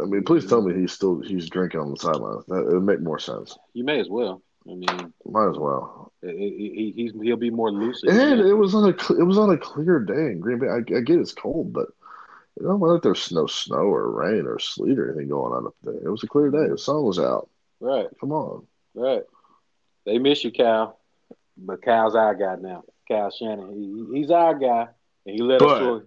Speaker 1: I mean, please tell me he's still he's drinking on the sidelines. That would make more sense.
Speaker 2: You may as well. I mean,
Speaker 1: Might as well.
Speaker 2: it, it, he, he's, he'll be more lucid.
Speaker 1: And it was on a cl- it was on a clear day in Green Bay. I, I get it's cold, but It don't look like there's no snow or rain or sleet or anything going on up there. It was a clear day. The sun was out.
Speaker 2: Right,
Speaker 1: Come on.
Speaker 2: right. They miss you, Cal. But Cal's our guy now. Cal Shannon. He, he's our guy. And he led us
Speaker 1: But-
Speaker 2: to a-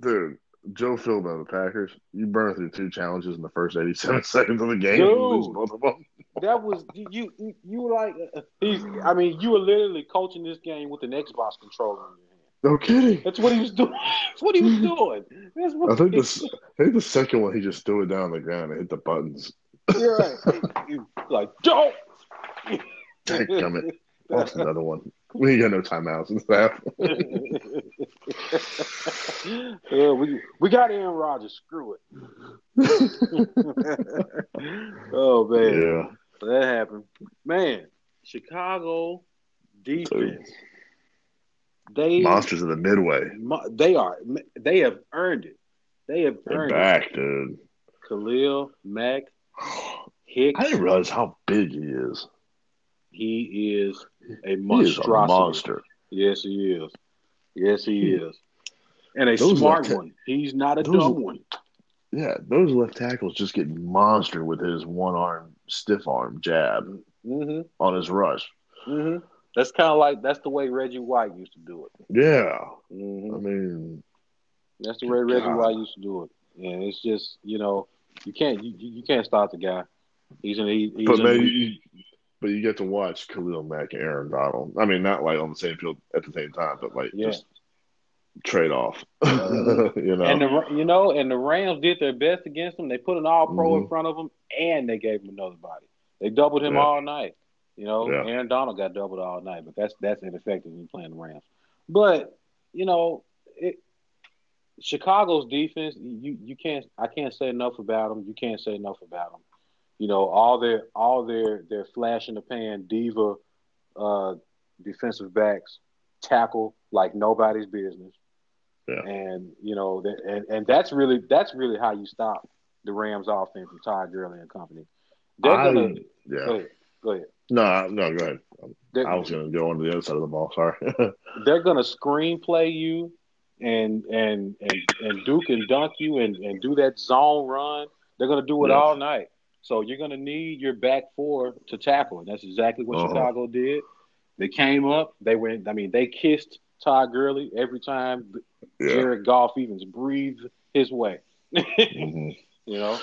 Speaker 1: Dude, Joe Philbin of the Packers, you burned through two challenges in the first 87 seconds of the game. You lose
Speaker 2: Dude.
Speaker 1: both of them.
Speaker 2: That was you. You, you were like uh, he's. I mean, you were literally coaching this game with an Xbox controller in your hand.
Speaker 1: No kidding.
Speaker 2: That's what he was doing. That's what he was doing. That's what
Speaker 1: I think
Speaker 2: he-
Speaker 1: this. I think the second one, he just threw it down on the ground and hit the buttons.
Speaker 2: You're right. You- like don't.
Speaker 1: Dang it. Lost another one. We ain't got no timeouts and stuff.
Speaker 2: yeah, we we got Aaron Rodgers. Screw it. oh man,
Speaker 1: Yeah.
Speaker 2: So that happened. Man, Chicago defense. They
Speaker 1: Monsters of the Midway.
Speaker 2: Mo- They are. They have earned it. They have
Speaker 1: They're
Speaker 2: earned
Speaker 1: back, dude.
Speaker 2: it. Khalil Mack Hicks.
Speaker 1: I didn't realize how big he is.
Speaker 2: He is a
Speaker 1: He is a
Speaker 2: monstrosity.
Speaker 1: monster.
Speaker 2: Yes, he is. Yes, he is. And a
Speaker 1: Those
Speaker 2: smart
Speaker 1: left-
Speaker 2: one. He's not a
Speaker 1: those-
Speaker 2: dumb one.
Speaker 1: Yeah, those left tackles just get monster with his one arm, stiff arm jab
Speaker 2: Mm-hmm.
Speaker 1: on his rush.
Speaker 2: Mm-hmm. That's kind of like that's the way Reggie White used to do it.
Speaker 1: Yeah, I
Speaker 2: Mm-hmm.
Speaker 1: mean,
Speaker 2: That's the way Reggie
Speaker 1: God.
Speaker 2: White used to do it. And it's just you know you can't you, you you can't stop the guy. He's an he, he's
Speaker 1: but
Speaker 2: an,
Speaker 1: man, you, but you get to watch Khalil Mack and Aaron Donald. I mean, not like on the same field at the same time, but like
Speaker 2: Yeah.
Speaker 1: just trade off.
Speaker 2: Uh,
Speaker 1: you know,
Speaker 2: And the you know, and the Rams did their best against him. They put an all pro in front of him, and they gave him another body. They doubled him
Speaker 1: Mm-hmm. Yeah.
Speaker 2: all night. You know,
Speaker 1: Yeah.
Speaker 2: Aaron Donald got doubled all night, but that's that's ineffective when you're playing the Rams. But you know, it, Chicago's defense, you you can't I can't say enough about them. You can't say enough about them. You know, all their all their their flash in the pan diva uh, defensive backs tackle like nobody's business.
Speaker 1: Yeah.
Speaker 2: And you know, that, and and that's really that's really how you stop the Rams offense from Todd Gurley and company. They're
Speaker 1: I-
Speaker 2: gonna go
Speaker 1: yeah,
Speaker 2: ahead, go ahead.
Speaker 1: no, no, go ahead.
Speaker 2: They're,
Speaker 1: I was going to go on to the other side of the ball. Sorry.
Speaker 2: they're gonna screenplay you and and and and Duke and dunk you and and do that zone run. They're gonna do it
Speaker 1: Yeah.
Speaker 2: all night. So you're gonna need your back four to tackle, and that's exactly what
Speaker 1: Uh-huh.
Speaker 2: Chicago did. They came up, they went. I mean, they kissed Todd Gurley every time
Speaker 1: yeah.
Speaker 2: Jared Goff even breathed his way. you
Speaker 1: hmm
Speaker 2: know,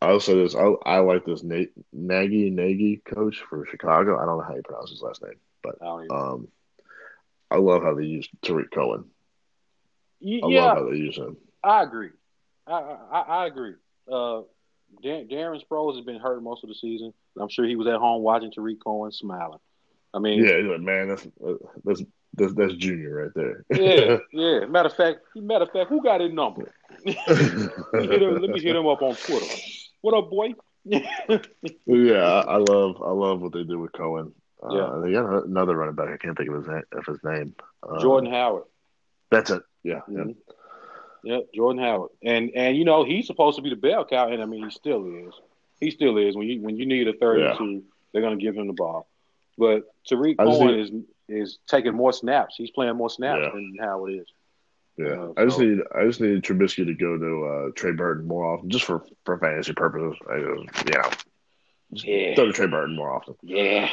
Speaker 1: I'll say this. I, I like this Nate, Nagy Nagy coach for Chicago. I don't know how you pronounce his last name.
Speaker 2: I don't even,
Speaker 1: Um, I love how they use Tariq Cohen.
Speaker 2: Y-
Speaker 1: I
Speaker 2: yeah,
Speaker 1: love how they use him.
Speaker 2: I agree. I I, I agree. Uh, Dar- Darren Sproles has been hurt most of the season. I'm sure he was at home watching Tariq Cohen smiling. I mean,
Speaker 1: Yeah, he's like, man, that's that's that's, that's Junior right there.
Speaker 2: yeah, yeah. Matter of fact, matter of fact, who got his number? Let me hit him, let me hit him up on Twitter. What up, boy?
Speaker 1: yeah, I, I love I love what they did with Cohen. Uh,
Speaker 2: Yeah.
Speaker 1: they got another running back. I can't think of his na- of his name. Uh,
Speaker 2: Jordan Howard.
Speaker 1: That's it. Yeah, yeah.
Speaker 2: Mhm.
Speaker 1: Mm-hmm.
Speaker 2: Yep, Jordan Howard, and and you know he's supposed to be the bell cow, and I mean he still is. He still is. When you when you need a third
Speaker 1: Yeah.
Speaker 2: and two, they're going to give him the ball. But Tariq
Speaker 1: I just
Speaker 2: Cohen is is taking more snaps. He's playing more snaps
Speaker 1: Yeah.
Speaker 2: than Howard is.
Speaker 1: Yeah,
Speaker 2: Uh,
Speaker 1: I just
Speaker 2: so-
Speaker 1: need I just need Trubisky to go to uh, Trey Burton more often, just for, for fantasy purposes. I just, you know, just
Speaker 2: Yeah.
Speaker 1: throw to Trey Burton more often.
Speaker 2: Yeah,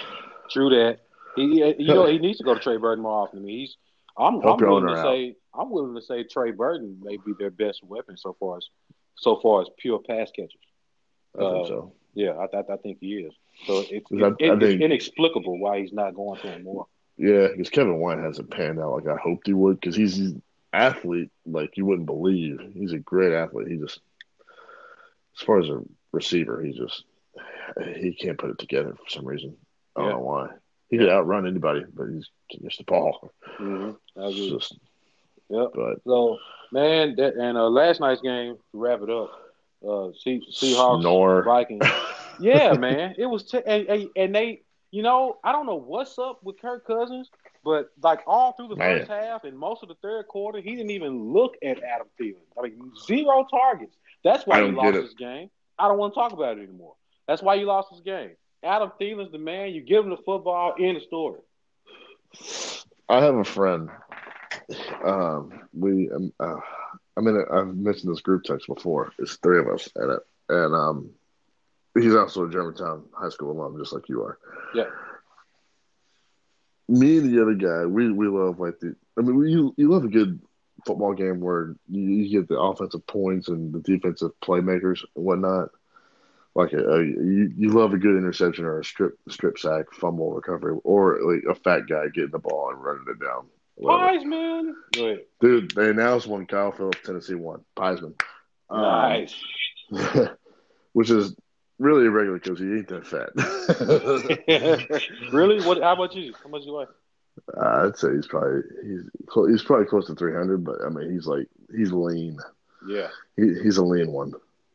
Speaker 2: true that. He he- you know he needs to go to Trey Burton more often. I mean, he's I'm, I'm
Speaker 1: Help your
Speaker 2: willing to
Speaker 1: owner out.
Speaker 2: say I'm willing to say Trey Burton may be their best weapon so far as so far as pure pass catchers.
Speaker 1: I think
Speaker 2: Uh,
Speaker 1: so.
Speaker 2: Yeah, I, I, I think he is. So it's,
Speaker 1: I-
Speaker 2: it-
Speaker 1: I think-
Speaker 2: it's inexplicable why he's not going to him more.
Speaker 1: Yeah, because Kevin White hasn't panned out like I hoped he would. Because he's an athlete like you wouldn't believe. He's a great athlete. He just, as far as a receiver, he just he can't put it together for some reason. I don't
Speaker 2: Yeah.
Speaker 1: know why. He could outrun anybody, but he's can't catch the ball.
Speaker 2: Mm-hmm. I
Speaker 1: It's
Speaker 2: agree.
Speaker 1: just,
Speaker 2: Yep.
Speaker 1: but
Speaker 2: So man, that and uh, last night's game to wrap it up. Uh, Se- Seahawks,
Speaker 1: Snore.
Speaker 2: Vikings. Yeah, man, it was. T- and, and, and they, you know, I don't know what's up with Kirk Cousins, but like all through the
Speaker 1: Man.
Speaker 2: first half and most of the third quarter, he didn't even look at Adam Thielen. I mean, zero targets. That's
Speaker 1: I
Speaker 2: why he
Speaker 1: don't
Speaker 2: lost
Speaker 1: get it.
Speaker 2: this game. I don't want to talk about it anymore. That's why you lost this game. Adam Thielen's the man. You give him the football, end of story.
Speaker 1: I have a friend. Um, we um, uh, I mean, I've mentioned this group text before. It's three of us in it, and um, he's also a Germantown high school alum, just like you are.
Speaker 2: Yeah.
Speaker 1: Me and the other guy, we we love like the. I mean, we, you you love a good football game where you, you get the offensive points and the defensive playmakers and whatnot. Like a, a, you, you love a good interception or a strip strip sack, fumble recovery, or like a fat guy getting the ball and running it down. Love
Speaker 2: Oh,
Speaker 1: it.
Speaker 2: Wiseman. Go ahead.
Speaker 1: Dude, they announced one. Kyle Phillips, Tennessee won. Heisman. Um,
Speaker 2: Nice.
Speaker 1: which is really irregular because he ain't that fat.
Speaker 2: really? What? How much is he? How much you weigh?
Speaker 1: Uh, I'd say he's probably he's clo- he's probably close to 300, but I mean he's like he's lean.
Speaker 2: Yeah.
Speaker 1: He, he's a lean one.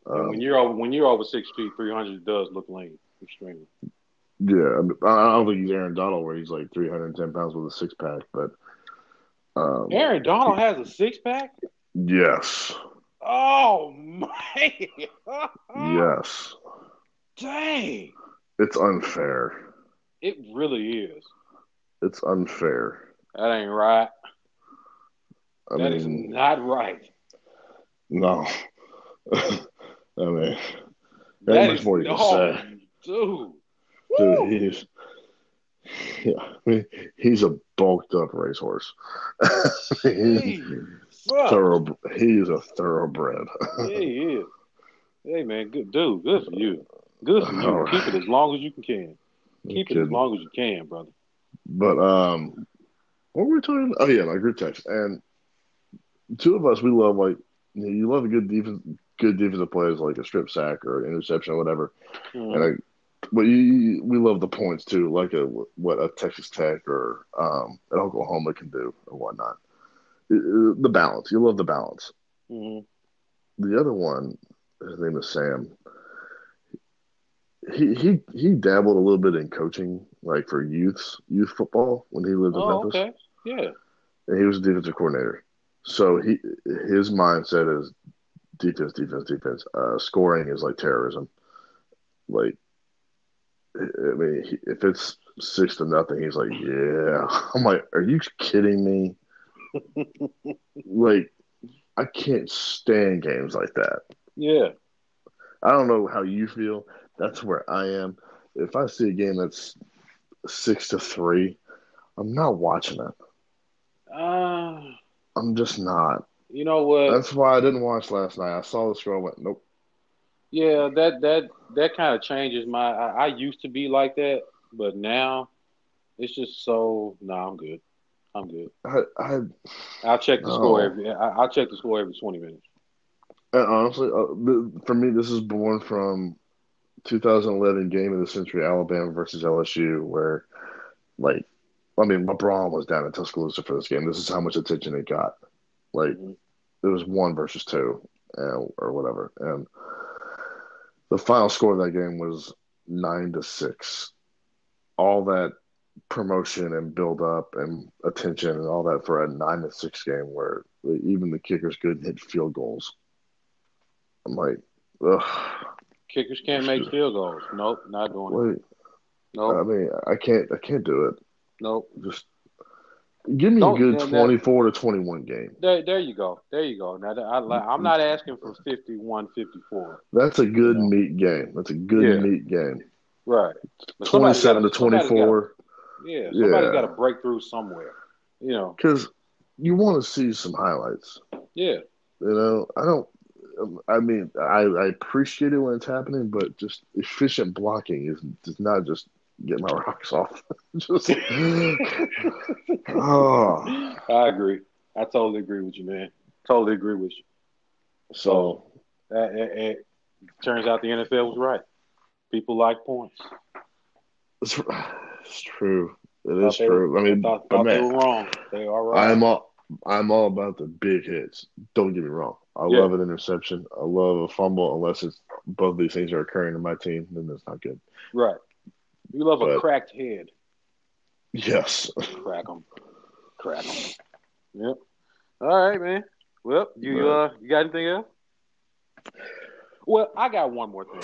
Speaker 1: Um,
Speaker 2: when you're over, when you're over six feet, three hundred does look lean. Extremely.
Speaker 1: Yeah, I, mean, I I don't think he's Aaron Donald where he's like 310 pounds with a six pack, but um,
Speaker 2: Aaron Donald has a six pack.
Speaker 1: yes,
Speaker 2: Oh man.
Speaker 1: yes,
Speaker 2: Dang.
Speaker 1: it's unfair.
Speaker 2: It really is.
Speaker 1: It's unfair.
Speaker 2: That ain't right.
Speaker 1: I
Speaker 2: That is
Speaker 1: mean,
Speaker 2: not right.
Speaker 1: no. I mean, There ain't
Speaker 2: That
Speaker 1: much
Speaker 2: is
Speaker 1: more you can
Speaker 2: no,
Speaker 1: say.
Speaker 2: dude. Woo!
Speaker 1: dude, he's yeah, I mean, he's a bulked up racehorse. he's
Speaker 2: Fuck.
Speaker 1: thorough. He's a thoroughbred.
Speaker 2: Yeah, he is. Hey man, good dude. Good for you. Good for you.
Speaker 1: All
Speaker 2: Keep it as long as you can. Keep it as
Speaker 1: Kidding.
Speaker 2: long as you can, brother.
Speaker 1: But um, what were we talking? Oh yeah, like group text. And two of us, we love like you, know, you love a good defense, good defensive plays like a strip sack or an interception or whatever.
Speaker 2: Mm.
Speaker 1: And I, but you, you, we love the points too, like a what a Texas Tech or um an Oklahoma can do or whatnot. Uh, uh, The balance, you love the balance.
Speaker 2: Mhm.
Speaker 1: The other one, his name is Sam. He he he dabbled a little bit in coaching, like for youths youth football when he lived in
Speaker 2: Oh,
Speaker 1: Memphis
Speaker 2: okay. Yeah.
Speaker 1: and he was a defensive coordinator. So he his mindset is defense, defense, defense. Uh, scoring is like terrorism. Like, I mean, he, if it's six to nothing, he's like, yeah. I'm like, are you kidding me? like, I can't stand games like that.
Speaker 2: Yeah.
Speaker 1: I don't know how you feel. That's where I am. If I see a game that's six to three, I'm not watching it.
Speaker 2: Uh,
Speaker 1: I'm just not.
Speaker 2: you know what?
Speaker 1: That's why I didn't watch last night. I saw the score. and Went nope.
Speaker 2: yeah, that that that kind of changes my. I, I used to be like that, but now it's just so. No, I'm good. I'm good.
Speaker 1: I, I
Speaker 2: I'll check the
Speaker 1: No.
Speaker 2: score every. I, I'll check the score every twenty minutes.
Speaker 1: and honestly, uh, th- for me, this is born from 2011 game of the century, Alabama versus LSU, where like, I mean, LeBron was down in Tuscaloosa for this game. This is how much attention it got. Like,
Speaker 2: Mhm.
Speaker 1: it was one versus two, uh, or whatever, and the final score of that game was nine to six. All that promotion and build up and attention and all that for a nine to six game where even the kickers couldn't hit field goals. I'm like, ugh,
Speaker 2: Kickers can't make field goals. Nope, not doing it.
Speaker 1: wait. uh,
Speaker 2: Nope,
Speaker 1: I mean, I can't, I can't do it.
Speaker 2: nope.
Speaker 1: Just give me
Speaker 2: Don't-
Speaker 1: a good
Speaker 2: no, no.
Speaker 1: twenty-four to twenty-one game.
Speaker 2: There, there you go. There you go. Now, I,
Speaker 1: Mm-hmm.
Speaker 2: li- I'm not asking for 51, 54.
Speaker 1: That's a good
Speaker 2: Yeah.
Speaker 1: meat game. That's a good
Speaker 2: Yeah.
Speaker 1: meat game.
Speaker 2: Right. But somebody's
Speaker 1: Twenty-seven
Speaker 2: gotta-
Speaker 1: to
Speaker 2: somebody's gotta-
Speaker 1: twenty-four.
Speaker 2: yeah, somebody's
Speaker 1: Yeah.
Speaker 2: got to break through somewhere. You know,
Speaker 1: Because you want to see some highlights.
Speaker 2: yeah.
Speaker 1: You know, I don't. um, I mean, I, I appreciate it when it's happening, but just efficient blocking is does not just get my rocks off. just oh,
Speaker 2: I agree. I totally agree with you, man. Totally agree with you.
Speaker 1: so
Speaker 2: Uh, it, it turns out the NFL was right. People like points.
Speaker 1: Mm-hmm. it's, it's true. It
Speaker 2: Thought
Speaker 1: is
Speaker 2: they
Speaker 1: true. I mean,
Speaker 2: Thought,
Speaker 1: but
Speaker 2: thought they
Speaker 1: man,
Speaker 2: were wrong. They are right.
Speaker 1: I'm all I'm all about the big hits. Don't get me wrong. I
Speaker 2: Yeah.
Speaker 1: love an interception. I love a fumble. Unless it's both these things are occurring in my team, then that's not good.
Speaker 2: right. You love a
Speaker 1: But-
Speaker 2: cracked head.
Speaker 1: Yes.
Speaker 2: Crack them. Crack them. Yep. All right, man. Well, you
Speaker 1: Yeah.
Speaker 2: uh, you got anything else? Well, I got one more thing.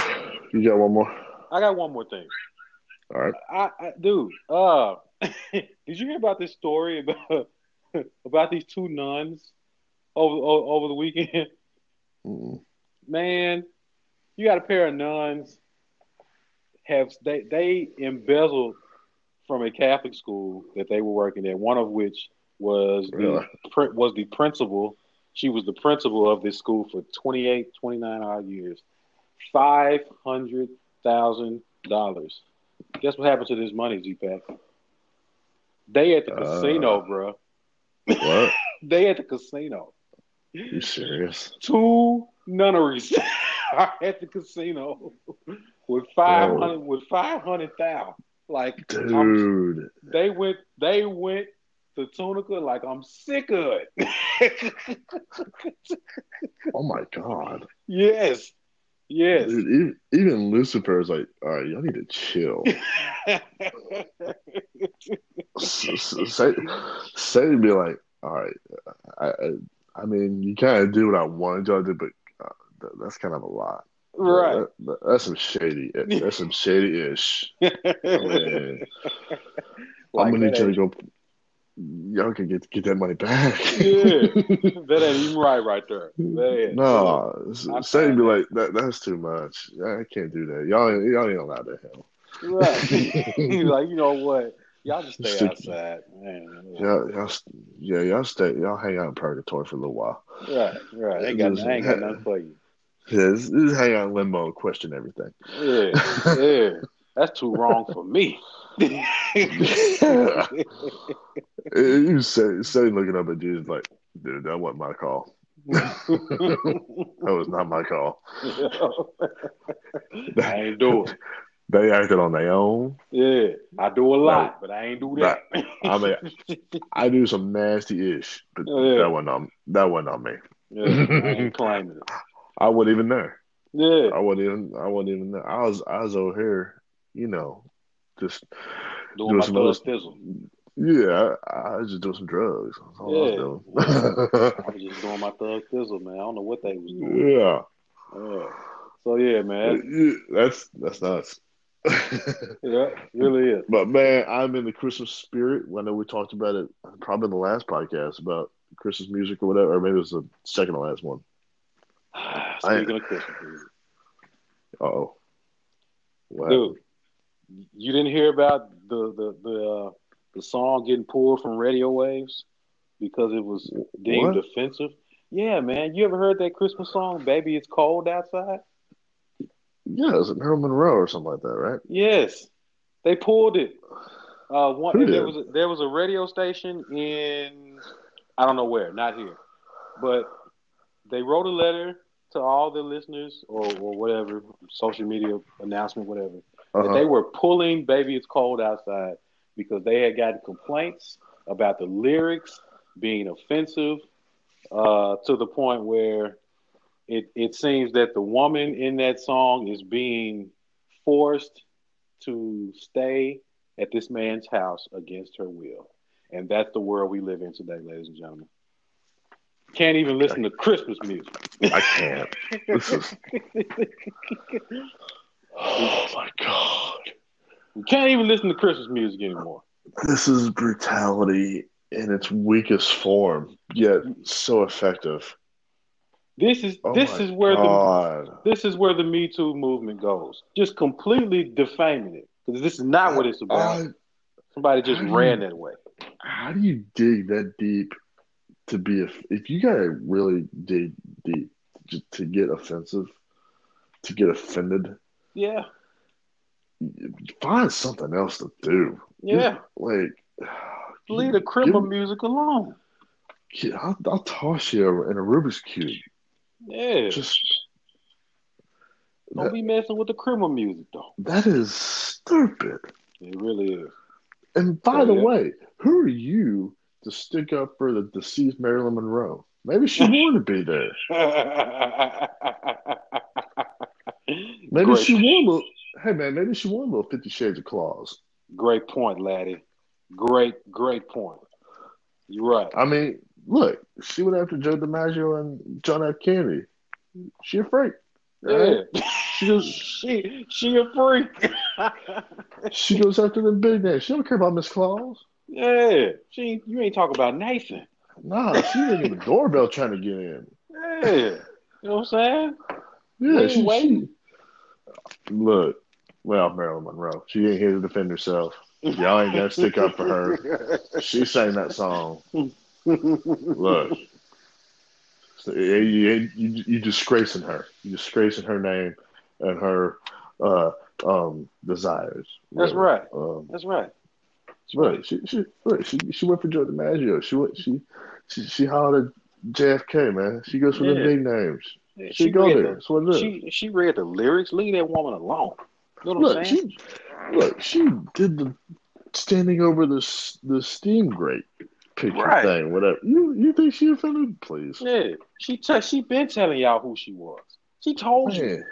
Speaker 1: You got one more.
Speaker 2: I got one more thing.
Speaker 1: All right.
Speaker 2: I, I dude, uh, did you hear about this story about about these two nuns over, over, over the weekend. Mm. Man, you got a pair of nuns have they they embezzled from a Catholic school that they were working at. One of which was really? the was the principal. She was the principal of this school for 28, 29 odd years. Five hundred thousand dollars. Guess what happened to this money, Z Pack? They at the uh, casino, bro.
Speaker 1: What?
Speaker 2: they at the casino.
Speaker 1: You serious?
Speaker 2: Two nunneries are at the casino with five hundred with five hundred thousand. Like
Speaker 1: dude, I'm,
Speaker 2: they went they went to Tunica like I'm sick of it.
Speaker 1: oh my god!
Speaker 2: Yes, yes.
Speaker 1: Dude, even, even Lucifer is like, all right, y'all need to chill. Satan say, be like, all right, I, I, I mean, you kind of did what I wanted y'all to do, but uh, that, that's kind of a lot.
Speaker 2: Right.
Speaker 1: That, that, that's some shady. That's some shady ish. I Oh, mean, like I'm gonna need you to go. Y'all can get get that money back.
Speaker 2: yeah, that ain't even right, right there.
Speaker 1: No, nah, Satan be like that. That's too much. I can't do that. Y'all, y'all ain't allowed to hell.
Speaker 2: Right. He's like, you know what? Y'all just stay Stick. outside. Man.
Speaker 1: Y'all, y'all, yeah, y'all stay. Y'all hang out in purgatory for a little while.
Speaker 2: Right, right. Ain't got, just, ain't got nothing for you.
Speaker 1: Yeah, this, is hang out limbo question everything.
Speaker 2: Yeah, yeah. That's too wrong for me.
Speaker 1: yeah. You say, say looking up at Jesus like, dude, that wasn't my call. that was not my call.
Speaker 2: I ain't do it.
Speaker 1: They acted on their own.
Speaker 2: Yeah, I do a lot, like, but I ain't do that.
Speaker 1: Not, I mean, I do some nasty ish, but oh, yeah. that wasn't on that wasn't on me.
Speaker 2: Yeah, climbing.
Speaker 1: I wasn't even there.
Speaker 2: Yeah,
Speaker 1: I wasn't even. I wasn't even there. I was. I was over here, you know, just
Speaker 2: doing, doing my some little fizzle.
Speaker 1: Yeah, I, I, was just doing some drugs. yeah, I was,
Speaker 2: yeah. I was just doing my thug fizzle, man. I don't know what they was doing.
Speaker 1: Yeah.
Speaker 2: yeah. So yeah, man.
Speaker 1: That's that's nuts.
Speaker 2: yeah, really is.
Speaker 1: But man, I'm in the Christmas spirit. I know we talked about it probably in the last podcast about Christmas music or whatever, or maybe it was the second to last one.
Speaker 2: Speaking of Christmas music.
Speaker 1: Oh.
Speaker 2: Wow. Dude, you didn't hear about the the the, uh, the song getting pulled from radio waves because it was deemed what? offensive. Yeah, man. You ever heard that Christmas song, "Baby It's Cold Outside"?
Speaker 1: Yeah, it's Marilyn Monroe or something like that, right?
Speaker 2: Yes, they pulled it. Uh, one there was a, there was a radio station in I don't know where, not here, but they wrote a letter to all the listeners or, or whatever social media announcement, whatever. Uh-huh. they were pulling "Baby It's Cold Outside" because they had gotten complaints about the lyrics being offensive uh, to the point where it, it seems that the woman in that song is being forced to stay at this man's house against her will. And that's the world we live in today, ladies and gentlemen. Can't even listen to Christmas music.
Speaker 1: I can't. This is... Oh my God.
Speaker 2: We can't even listen to Christmas music anymore.
Speaker 1: This is brutality in its weakest form, yet so effective.
Speaker 2: This is oh this is where God. the this is where the Me Too movement goes. Just completely defaming it because this is not what it's about.
Speaker 1: Uh,
Speaker 2: I, Somebody just ran
Speaker 1: you,
Speaker 2: that way.
Speaker 1: How do you dig that deep to be if if you gotta really dig deep to, to get offensive, to get offended?
Speaker 2: Yeah.
Speaker 1: Find something else to do.
Speaker 2: Yeah.
Speaker 1: Just, like
Speaker 2: leave the criminal music alone.
Speaker 1: I'll, I'll toss you in a Rubik's cube.
Speaker 2: Yeah.
Speaker 1: Just
Speaker 2: don't that, be messing with the criminal music though.
Speaker 1: That is stupid.
Speaker 2: It really is.
Speaker 1: And by oh, the yeah. way, who are you to stick up for the deceased Marilyn Monroe? Maybe she wanted to be there. maybe Great. she wanted. Little, hey man, maybe she wanted a little Fifty Shades of Claws.
Speaker 2: Great point, laddie. Great, great point. You're right.
Speaker 1: I mean, look, she went after Joe DiMaggio and John F. Kennedy. She a freak. Uh,
Speaker 2: Right? Yeah. She goes, she she a freak.
Speaker 1: she goes after the big name. She don't care about Miss Claus.
Speaker 2: Yeah. She you ain't talking about Nathan.
Speaker 1: Nah, she ringing the doorbell trying to get in.
Speaker 2: Yeah, you know what I'm saying?
Speaker 1: Yeah,
Speaker 2: ain't
Speaker 1: she,
Speaker 2: waiting.
Speaker 1: she- Look, well, Marilyn Monroe. She ain't here to defend herself. Y'all ain't gonna stick up for her. She sang that song. Look, so, you, you, you, you disgracing her. You disgracing her name and her uh, um, desires.
Speaker 2: That's
Speaker 1: Really.
Speaker 2: right.
Speaker 1: Um,
Speaker 2: That's right.
Speaker 1: look, she she, look, she she went for Joe DiMaggio. She went she she, she hollered at JFK man. She goes for
Speaker 2: Yeah.
Speaker 1: the big names.
Speaker 2: Yeah,
Speaker 1: She, go
Speaker 2: read
Speaker 1: there. That's what it
Speaker 2: The,
Speaker 1: is.
Speaker 2: she she read the lyrics. Leave that woman alone. You know what I'm
Speaker 1: look,
Speaker 2: saying?
Speaker 1: she look she did the standing over the s- the steam grate picture
Speaker 2: Right.
Speaker 1: thing. Whatever. You you think she offended? Please.
Speaker 2: yeah, she t- she been telling y'all who she was. She told you.
Speaker 1: Man,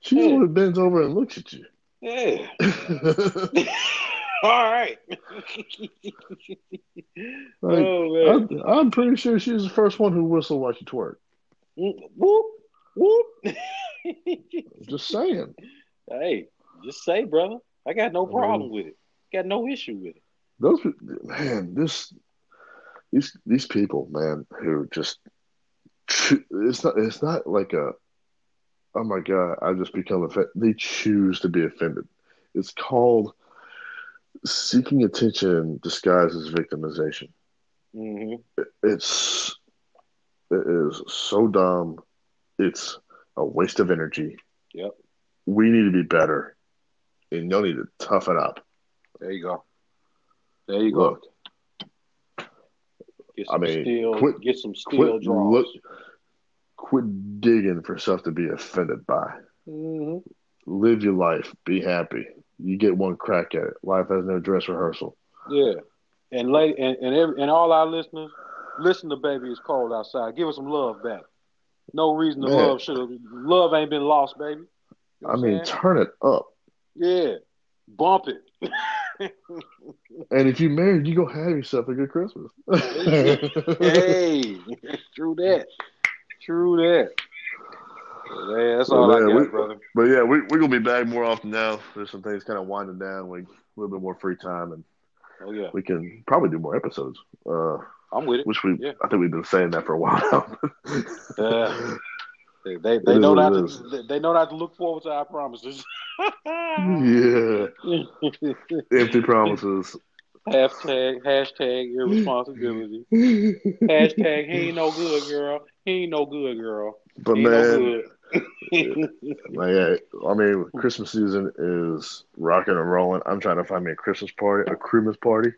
Speaker 1: she
Speaker 2: Yeah.
Speaker 1: would have bends over and looks at you.
Speaker 2: Yeah. All right.
Speaker 1: like,
Speaker 2: oh man.
Speaker 1: I'm, I'm pretty sure she was the first one who whistled while she twerked.
Speaker 2: Mm, Whoop whoop.
Speaker 1: Just saying.
Speaker 2: hey, just say, brother. I got no
Speaker 1: Mhm.
Speaker 2: problem with it. Got no issue with it.
Speaker 1: Those man, this these these people, man, who just choo- it's not it's not like a oh my god, I just become offended. They choose to be offended. It's called seeking attention disguised as victimization.
Speaker 2: Mm-hmm.
Speaker 1: It's it is so dumb. It's a waste of energy.
Speaker 2: Yep.
Speaker 1: We need to be better, and y'all need to toughen up.
Speaker 2: There you go. There you go.
Speaker 1: Look,
Speaker 2: Get
Speaker 1: I
Speaker 2: some
Speaker 1: mean,
Speaker 2: steel.
Speaker 1: quit-
Speaker 2: get some steel
Speaker 1: quit
Speaker 2: draws.
Speaker 1: look- quit digging for stuff to be offended by.
Speaker 2: hmm
Speaker 1: Live your life. Be happy. You get one crack at it. Life has no dress rehearsal.
Speaker 2: Yeah. And late and and, every, and all our listeners, listen to baby. It's cold outside. Give us some love back. No reason to
Speaker 1: Man.
Speaker 2: love should have. Love ain't been lost, baby. You know
Speaker 1: I
Speaker 2: what I'm
Speaker 1: mean,
Speaker 2: saying?
Speaker 1: turn it up.
Speaker 2: yeah. Bump it.
Speaker 1: And if you're married, you go have yourself a good Christmas.
Speaker 2: hey, true that. True that. Yeah, that's all
Speaker 1: Yeah,
Speaker 2: I got,
Speaker 1: we-
Speaker 2: brother.
Speaker 1: but yeah, we, we're gonna be back more often now. There's some things kind of winding down. We a little bit more free time, and
Speaker 2: Oh yeah,
Speaker 1: we can probably do more episodes. Uh,
Speaker 2: I'm with it.
Speaker 1: which we
Speaker 2: Yeah.
Speaker 1: I think we've been saying that for a while.
Speaker 2: Uh, They they,
Speaker 1: It
Speaker 2: they
Speaker 1: is
Speaker 2: know
Speaker 1: what
Speaker 2: not
Speaker 1: it
Speaker 2: to,
Speaker 1: is.
Speaker 2: they- they know not to look forward to our promises.
Speaker 1: yeah, empty promises.
Speaker 2: hashtag hashtag irresponsibility.
Speaker 1: but
Speaker 2: Hashtag he ain't no good girl. He ain't no good girl. He ain't
Speaker 1: man,
Speaker 2: no good.
Speaker 1: like, yeah, I mean, Christmas season is rocking and rolling. I'm trying to find me a Christmas party, a Christmas party.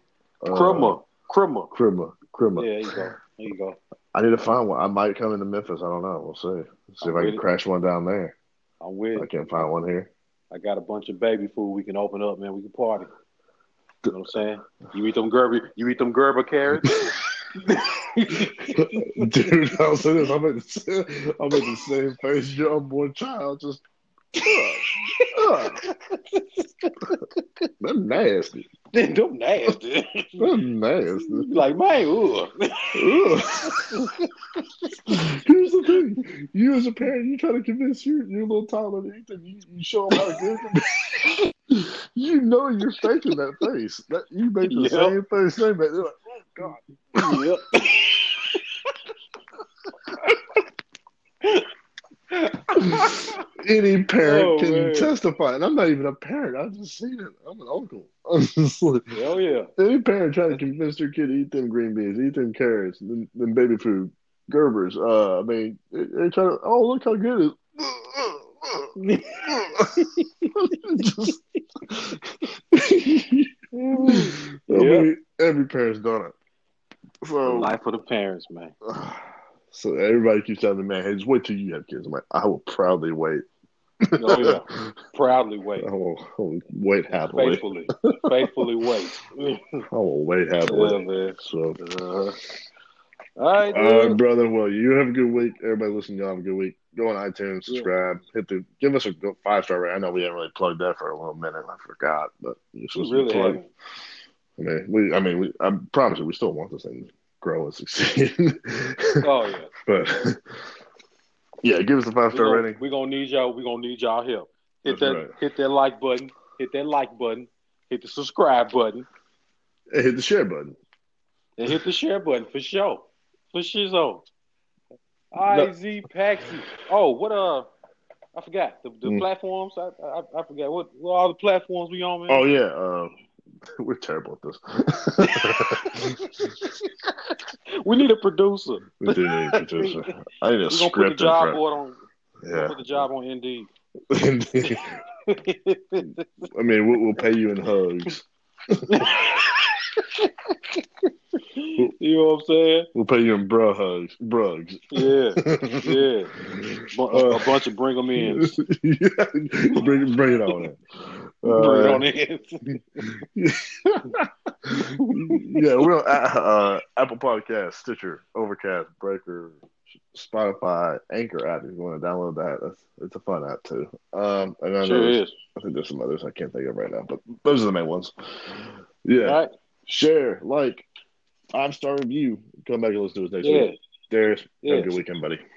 Speaker 1: Uh,
Speaker 2: Krimma, Krimma.
Speaker 1: Krimma,
Speaker 2: Yeah,
Speaker 1: Krimma.
Speaker 2: there you go. There you go.
Speaker 1: I need to find one. I might come into Memphis. I don't know. We'll see. See if I can crash one down there.
Speaker 2: I'm with
Speaker 1: I
Speaker 2: it.
Speaker 1: can't find one here.
Speaker 2: I got a bunch of baby food we can open up, man. We can party. You know what I'm saying? You eat them Gerber, you eat them Gerber carrots.
Speaker 1: Dude, I'll say this. I'm at the, I'm at the same face. Your unborn child just. Ugh. That's nasty.
Speaker 2: them nasty.
Speaker 1: That's nasty.
Speaker 2: like man, ugh.
Speaker 1: Ugh. Here's the thing. You as a parent, you try to convince your, your little toddler to eat them. You, you show them how to do them. you know you're faking that face. That, you make the
Speaker 2: Yep.
Speaker 1: same face they make. They're like,
Speaker 2: Yep.
Speaker 1: Any parent
Speaker 2: Oh,
Speaker 1: can
Speaker 2: man.
Speaker 1: testify, and I'm not even a parent. I've just seen it. I'm an uncle. I'm just like,
Speaker 2: Hell yeah.
Speaker 1: any parent trying to convince their kid to eat them green beans, eat them carrots, them, them baby food, Gerbers. Uh, I mean, they, they try to. Oh, look how good it is. Just- I mean, every parent's done it. So,
Speaker 2: Life of the parents, man.
Speaker 1: so everybody keeps telling me, man, hey, just wait till you have kids. I'm like, I will proudly wait.
Speaker 2: Oh yeah. Proudly wait.
Speaker 1: I will, I will wait happily.
Speaker 2: Faithfully. Faithfully wait.
Speaker 1: I will wait
Speaker 2: yeah,
Speaker 1: happily.
Speaker 2: man.
Speaker 1: So,
Speaker 2: Uh, all right,
Speaker 1: uh,
Speaker 2: dude.
Speaker 1: brother, well, you have a good week. Everybody, listen, y'all have a good week. Go on iTunes,
Speaker 2: Yeah.
Speaker 1: subscribe, hit the, give us a five star rating. I know we haven't really plugged that for a little minute. I forgot, but it's
Speaker 2: You
Speaker 1: just
Speaker 2: really
Speaker 1: plug.
Speaker 2: haven't.
Speaker 1: I mean, we, I mean, we, I promise you, we still want this thing to grow and succeed.
Speaker 2: Oh yeah.
Speaker 1: but yeah, give us a five
Speaker 2: We're
Speaker 1: star
Speaker 2: gonna,
Speaker 1: rating.
Speaker 2: we gonna need y'all. We're gonna need y'all help. Hit
Speaker 1: That's
Speaker 2: that
Speaker 1: right.
Speaker 2: hit that like button. Hit that like button. Hit the subscribe button.
Speaker 1: and hit the share button.
Speaker 2: And hit the share button for sure. for Shizzo. I Z Paxi. Oh, what uh, I forgot the, the
Speaker 1: Mm.
Speaker 2: platforms. I, I I forgot what, what all the platforms we on. Man.
Speaker 1: Oh yeah, uh, we're terrible at this.
Speaker 2: we need a producer.
Speaker 1: we do need a producer. I need a
Speaker 2: We're gonna put the
Speaker 1: script in
Speaker 2: job
Speaker 1: front.
Speaker 2: board on.
Speaker 1: Yeah.
Speaker 2: Put the job on Indeed.
Speaker 1: I mean, we'll, we'll pay you in hugs.
Speaker 2: you know what I'm saying?
Speaker 1: We'll pay you in bruh hugs. Brugs.
Speaker 2: Yeah, yeah. Bu- uh, a bunch of bring them in.
Speaker 1: bring, bring it on in.
Speaker 2: bring it
Speaker 1: Uh,
Speaker 2: on in.
Speaker 1: yeah, we're on uh, uh, Apple Podcast, Stitcher, Overcast, Breaker, Spotify, Anchor app. If you want to download that, that's it's a fun app too. Um, and I, know
Speaker 2: sure
Speaker 1: there's-
Speaker 2: is.
Speaker 1: I think there's some others I can't think of right now, but those are the main ones. Yeah,
Speaker 2: All right.
Speaker 1: share, like, five star review. Come back and listen to us next
Speaker 2: Yeah.
Speaker 1: week. Darius,
Speaker 2: Yeah.
Speaker 1: have a good weekend, buddy.